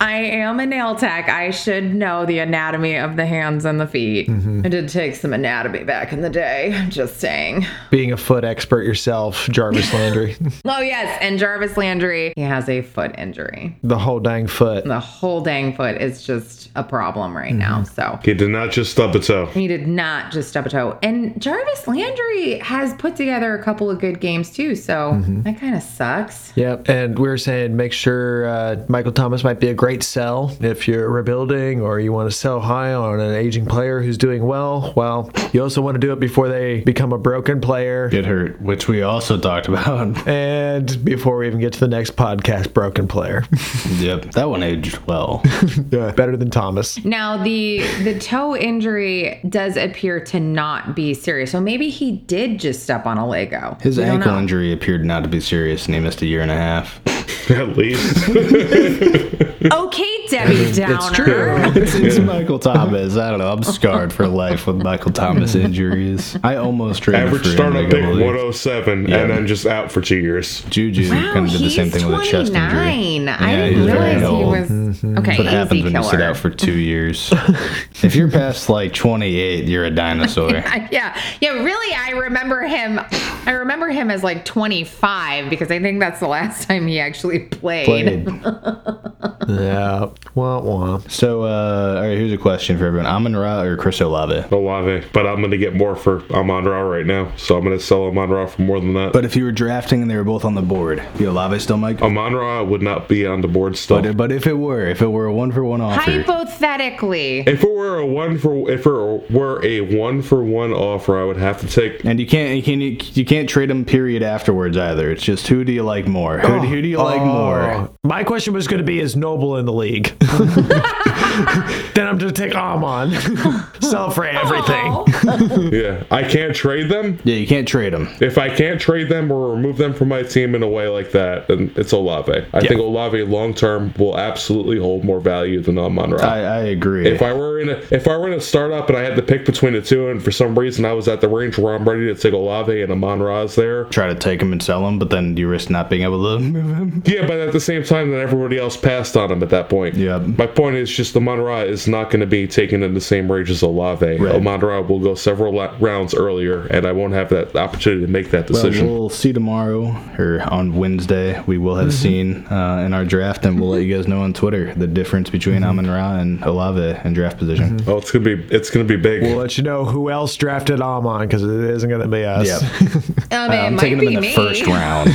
B: I am a nail tech. I should know the anatomy of the hands and the feet.
C: Mm-hmm.
B: I did take some anatomy back in the day. Just saying.
C: Being a foot expert yourself, Jarvis Landry.
B: Oh yes, and Jarvis Landry, he has a foot injury.
C: the whole dang foot.
B: The whole dang foot is just a problem right now.
C: Mm-hmm.
B: So
D: He did not just stub a toe.
B: He did not just stub a toe. And Jarvis Landry has put together a couple of good games too, so
E: Mm-hmm.
B: that kind of sucks.
C: Yep. And we were saying make sure uh, Michael Thomas might be a great sell if you're rebuilding or you want to sell high on an aging player who's doing well. Well, you also want to do it before they become a broken player.
E: Get hurt, which we also talked about.
C: And before we even get to the next podcast, broken player.
E: Yep. That one aged well.
C: yeah. Better than Thomas.
B: Now the the toe injury does appear to not be serious. So maybe he did just step on a Lego.
E: His
B: We don't
E: ankle
B: know.
E: injury appeared not to be serious and he missed a year and a half.
D: At least.
B: Okay, Debbie Downer.
E: It's Michael Thomas. I don't know. I'm scarred for life with Michael Thomas injuries. I almost traded
D: Average
E: for him.
D: startup
E: to go
D: pick
E: to the league.
D: 107,
E: Yeah.
D: and then just out for two years.
E: Juju
B: Wow,
E: kind of did the
B: he's
E: same thing with a chest injury.
B: 29. I
E: Yeah,
B: didn't
E: he's very
B: realize he
E: old.
B: was okay.
E: That's what happens
B: easy
E: when
B: killer.
E: you sit out for two years. if you're past like 28, you're a dinosaur.
B: yeah, yeah. Really, I remember him. I remember him as like 25 because I think that's the last time he actually played.
E: Played.
C: Yeah. Wah, wah.
E: So, uh, all right, here's a question for everyone: Amon Ra or Chris Olave?
D: Olave, but I'm going to get more for Amon Ra right now, so I'm going to sell Amon Ra for more than that.
E: But if you were drafting and they were both on the board, the Olave still Mike.
D: Amon Ra would not be on the board still.
E: But, but if it were, if it were a one for one offer,
B: Hypothetically,
D: If it were a one for if it were a one for one offer, I would have to take.
E: and you can't you can't you can't trade them. Period. Afterwards, either it's just who do you like more? Who, who
C: Oh.
E: do you like more?
C: My question was going to be is Noble in the league? then I'm going to take Amon. Sell for everything.
D: Yeah, I can't trade them.
E: Yeah, you can't trade them.
D: If I can't trade them or remove them from my team in a way like that, then it's Olave. I think Olave long term will absolutely hold more value than Amon Ra.
E: I, I agree.
D: If I were in a if I were in a startup and I had to pick between the two, and for some reason I was at the range where I'm ready to take Olave and Amon Ra's there.
E: Try to take him and sell him, but then you risk not being able to move him.
D: Yeah, but at the same time, then everybody else passed on him at that point.
E: Yeah.
D: My point is just the Ra is not going to be taken in the same range as Olave.
E: Right.
D: Right. Ra will go several la- rounds earlier, and I won't have that opportunity to make that decision.
E: We'll see tomorrow or on Wednesday. We will have seen uh, in our draft, and we'll let you guys know on Twitter the difference between Amon Ra and Olave in draft position.
D: oh, it's gonna be it's gonna be big.
C: We'll let you know who else drafted Amon because it isn't going to be us.
E: Yeah.
B: I mean, it
E: I'm
B: Oh, might
E: taking
B: be
E: them in the
B: me.
E: first round.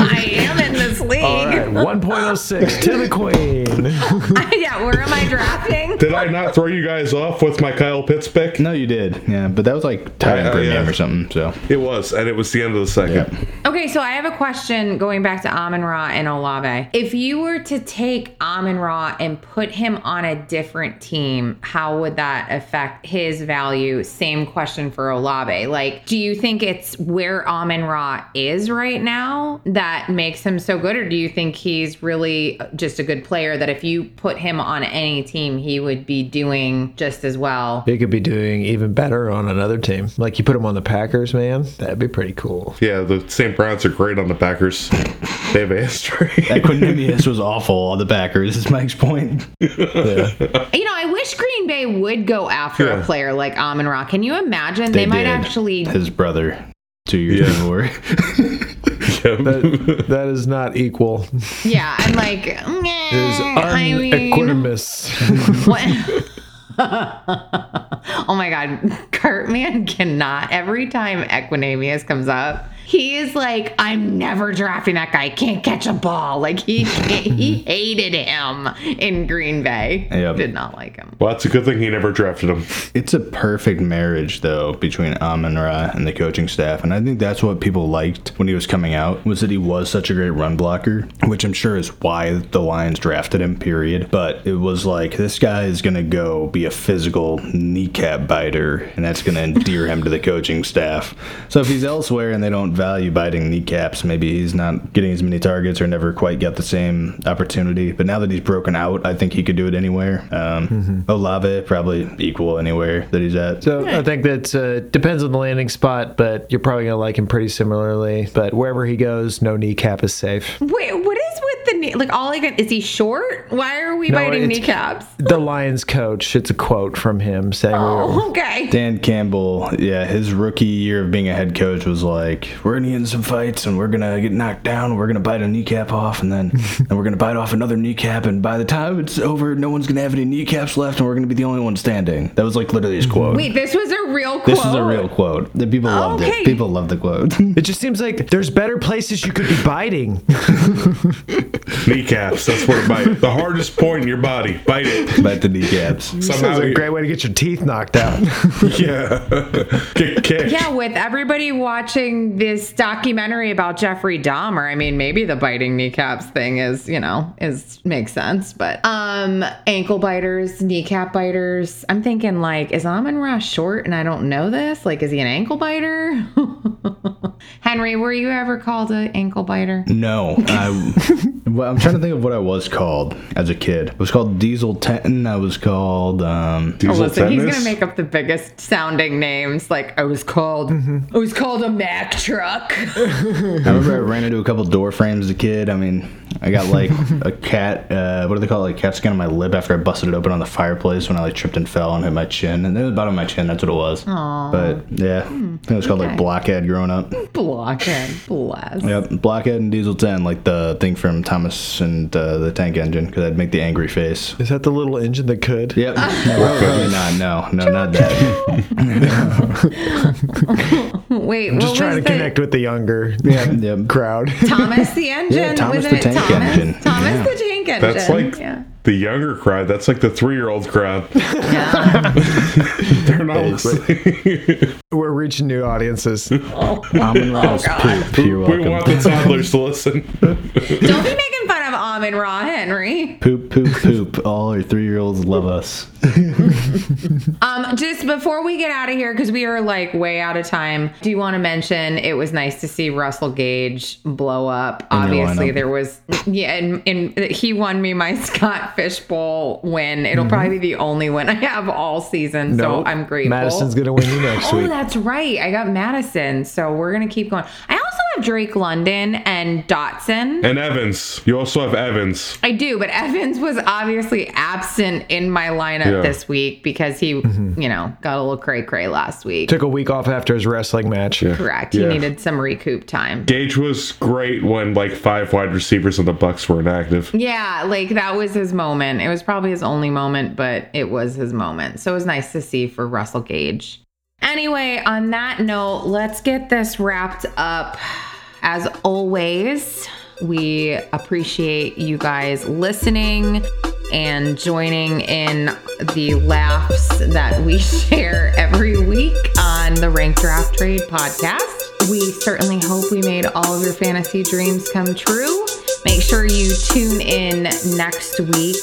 B: I am in this league.
C: All right, 1.06 to the queen.
B: yeah, where am I drafting?
D: Did I not throw you guys off with my Kyle Pitts pick?
E: No, you did. Yeah, but that was like tight end
D: Uh, uh,
E: premium
D: yeah.
E: or something. So
D: It was, and it was the end of the second.
E: Yeah.
B: Okay, so I have a question going back to Amon Ra and Olave. If you were to take Amon Ra and put him on a different team, how would that affect his value? Same question for Olave. Like, do you think it's where Amon Ra is right now that makes him so good, or do you think he's really just a good player that if you put him on any team, he would be doing just as well?
C: He could be doing even better on another team. Like you put him on the Packers, man. That'd be pretty cool.
D: Yeah, the St. Browns are great on the Packers. they have a history.
E: Equinemius was awful on the Packers. Is Mike's point.
B: You know, I wish Green Bay would go after a
D: Yeah.
B: player like Amon Ra. Can you imagine? They, might
E: did.
B: actually.
E: His brother, two years
D: Yeah.
E: before.
C: That, that is not equal.
B: Yeah, I'm like,
C: It is
B: meh, I mean,
C: unequanimous.
B: what? oh my God, Cartman cannot. Every time Equinamius comes up, he is like, I'm never drafting that guy. Can't catch a ball. Like he he hated him in Green Bay.
E: Yep.
B: Did not like him.
D: well, that's a good thing he never drafted him.
E: It's a perfect marriage though between Amon Ra and the coaching staff, and I think that's what people liked when he was coming out was that he was such a great run blocker, which I'm sure is why the Lions drafted him. Period. But it was like this guy is gonna go be a physical kneecap biter, and that's gonna endear him to the coaching staff. So if he's elsewhere and they don't value biting kneecaps, maybe he's not getting as many targets or never quite got the same opportunity. But now that he's broken out, I think he could do it anywhere. Um, Olave probably equal anywhere that he's at.
C: so I think that uh, depends on the landing spot, but you're probably gonna like him pretty similarly. But wherever he goes, no kneecap is safe.
B: Wait, what is with the knee? Like, all I got is he short? Why are we biting
C: it's-
B: kneecaps?
C: The Lions coach. It's a quote from him saying,
B: Oh, okay.
E: Dan Campbell, yeah, his rookie year of being a head coach was like, we're gonna get in some fights and we're gonna get knocked down, we're gonna bite a kneecap off, and then and we're gonna bite off another kneecap, and by the time it's over, no one's gonna have any kneecaps left, and we're gonna be the only one standing. That was like literally his quote.
B: Wait, this was a real quote.
E: this is a real quote. The people loved
B: Okay.
E: it. People loved the quote.
C: It just seems like there's better places you could be biting.
D: Kneecaps. That's where to bite. The hardest point in your body. Bite it.
E: Bite the kneecaps.
D: Somehow.
C: That's a great way to get your teeth knocked out.
D: Yeah. Get kicked.
B: Yeah, with everybody watching this documentary about Jeffrey Dahmer, I mean, maybe the biting kneecaps thing is, you know, is makes sense. But um, ankle biters, kneecap biters. I'm thinking like, is Amon Ra short and I don't know this? Like, is he an ankle biter? Henry, were you ever called an ankle biter?
E: No, I, well, I'm trying to think of what I was called as a kid. I was called Diesel Tenton. I was called um,
D: Diesel
B: Oh, Listen, he's gonna
D: tetanus?
B: make up the biggest sounding names. Like I was called,
C: Mm-hmm.
B: I was called a Mack truck.
E: I remember I ran into a couple door frames as a kid. I mean, I got like a cat. Uh, what do they call it? Like cat skin on my lip after I busted it open on the fireplace when I like tripped and fell and hit my chin. And it was the bottom of my chin. That's what it was. But yeah, I think it was called like blockhead growing up.
B: Blockhead, bless.
E: Yep, blockhead and diesel ten, like the thing from Thomas and uh, the Tank Engine, because I'd make the angry face.
C: Is that the little engine that could?
E: Yep. No, probably not. No, no, not that.
B: Wait, what
C: Just trying to
B: was the-
C: connect with the younger
E: Yep. Yep.
C: crowd.
B: Thomas the engine.
E: Thomas
B: wasn't
E: the
B: it
E: tank
B: Thomas?
E: engine.
B: Thomas
E: Yeah.
B: the tank engine.
D: That's like
B: yeah.
D: the younger crowd. That's like the three year old crowd. They're not listening.
C: We're reaching new audiences.
E: Almond Ross poop. You're
D: We want
E: welcome.
D: the toddlers to listen.
B: Don't be making fun of Almond Raw, Henry.
E: Poop, poop, poop. All our three-year-olds love us.
B: Um, just before we get out of here, because we are like way out of time, do you want to mention it was nice to see Russell Gage blow up?
E: your
B: Obviously,
E: lineup.
B: there was, yeah, and, and he won me my Scott Fishbowl win.
E: Mm-hmm.
B: It'll probably be the only win I have all season, so
C: Nope.
B: Oh, I'm grateful.
C: Madison's gonna win you next
B: Oh,
C: week.
B: that's right. I got Madison, so we're gonna keep going. I also have Drake London and Dotson.
D: and Evans. You also have Evans.
B: I do, but Evans was obviously absent in my lineup
D: Yeah. Mm-hmm.
B: this week because he, you know, got a little cray cray last week.
C: Took a week off after his wrestling match.
B: Correct. He
D: Yeah.
B: needed some recoup time.
D: Gage was great when like five wide receivers in the Bucks were inactive.
B: Yeah, like that was his moment. It was probably his only moment, but it was his moment. So it was nice to see for Russell Gage. Anyway, on that note, let's get this wrapped up. As always, we appreciate you guys listening and joining in the laughs that we share every week on the Rank Draft Trade podcast. We certainly hope we made all of your fantasy dreams come true. Make sure you tune in next week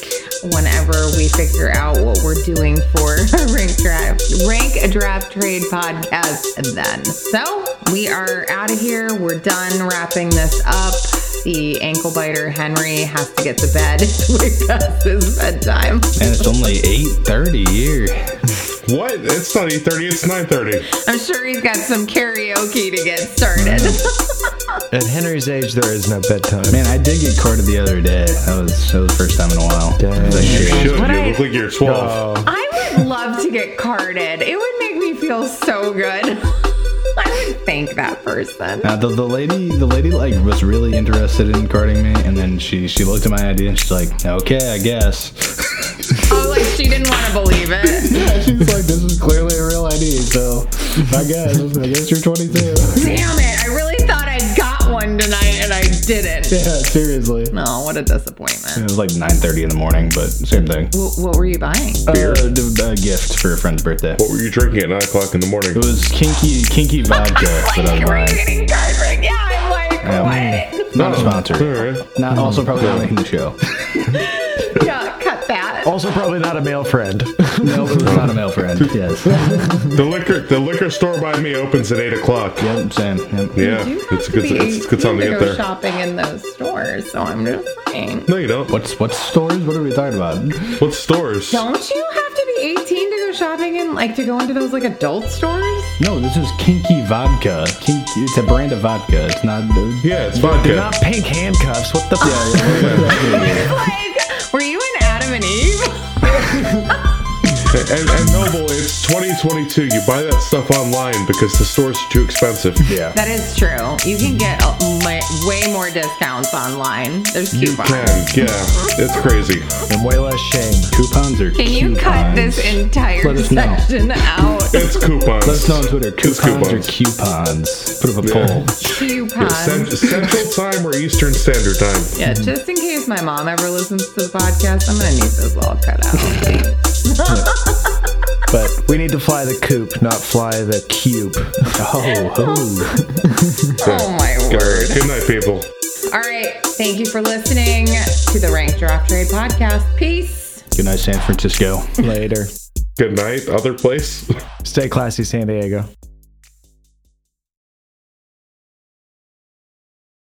B: whenever we figure out what we're doing for Rank Draft Rank Draft Trade podcast then. So we are out of here. We're done wrapping this up. The ankle biter Henry has to get to bed. It's way past his bedtime.
E: And it's only 8.30 here.
D: What? It's not eight thirty. It's nine thirty.
B: I'm sure he's got some karaoke to get started.
C: At Henry's age, there is no bedtime.
E: Man, I did get carded the other day. That was, that was the first time in a while.
C: Dang.
E: That
D: You
E: shit.
D: should.
B: What
D: You
B: I-
D: look like you're twelve.
C: Oh,
B: I would love to get carded. It would make me feel so good. I would thank that person.
E: Now the, the lady the lady like was really interested in carding me and then she she looked at my ID and she's like, Okay, I guess.
B: Oh, like she didn't want to believe it.
E: Yeah, she's like, This is clearly a real ID, so I guess I guess you're twenty two.
B: Damn it. I really thought I got one tonight and I didn't.
E: yeah, seriously.
B: Oh, what a disappointment.
E: It was like nine thirty in the morning, but same thing.
B: Wh- what were you buying?
E: Beer. a gift for a friend's birthday.
D: What were you drinking at nine o'clock in the morning?
E: It was kinky kinky vodka that I was
B: Were you
E: buying.
B: getting card ring? Yeah, I'm like,
E: Yeah.
B: what?
E: Not a sponsor.
D: Oh, All right.
E: Not also probably not making the show.
B: Yeah, cut that.
D: Oh,
C: also probably not a male friend.
E: No, it was not a male friend. Yes.
D: The liquor, the liquor store by me opens at eight o'clock.
E: Yep, same. Yep.
D: Yeah,
B: You have
D: it's a
B: to
D: good,
B: be
D: it's a good time to
B: 18
D: get there.
B: shopping in those stores, so I'm just saying.
D: No, you don't. What?
E: What's what stores? What are we talking about?
D: What stores?
B: Don't you have to be 18 to go shopping and like to go into those like adult stores?
E: No, this is kinky vodka. Kinky, it's a brand of vodka. It's not. uh,
D: Yeah, it's
C: They're
D: vodka.
C: not pink handcuffs. What the fuck?
B: Like, were you in Adam and Eve?
D: and, and Noble, it's 2022. You buy that stuff online because the stores are too expensive.
E: Yeah.
B: That is true. You can get a, my, way more discounts online. There's
D: You
B: coupons.
D: can, yeah. It's crazy.
C: And way less shame.
E: Coupons are.
B: Can you cut this entire
E: Let us know.
B: section out?
D: It's coupons.
E: Let us know on Twitter.
D: It's
E: Coupons,
D: coupons.
E: are coupons. Put up a poll.
D: Cent-
B: Coupons.
D: Central Time or Eastern Standard Time?
B: Yeah, just in case my mom ever listens to the podcast, I'm gonna need this all cut out.
C: But we need to fly the coop, not fly the cube.
E: Oh, oh.
B: oh my
D: All
B: word.
D: right. Good night, people.
B: All right. Thank you for listening to the Rank Draft Trade podcast. Peace.
E: Good night, San Francisco.
C: Later.
D: Good night. Other place.
C: Stay classy, San Diego.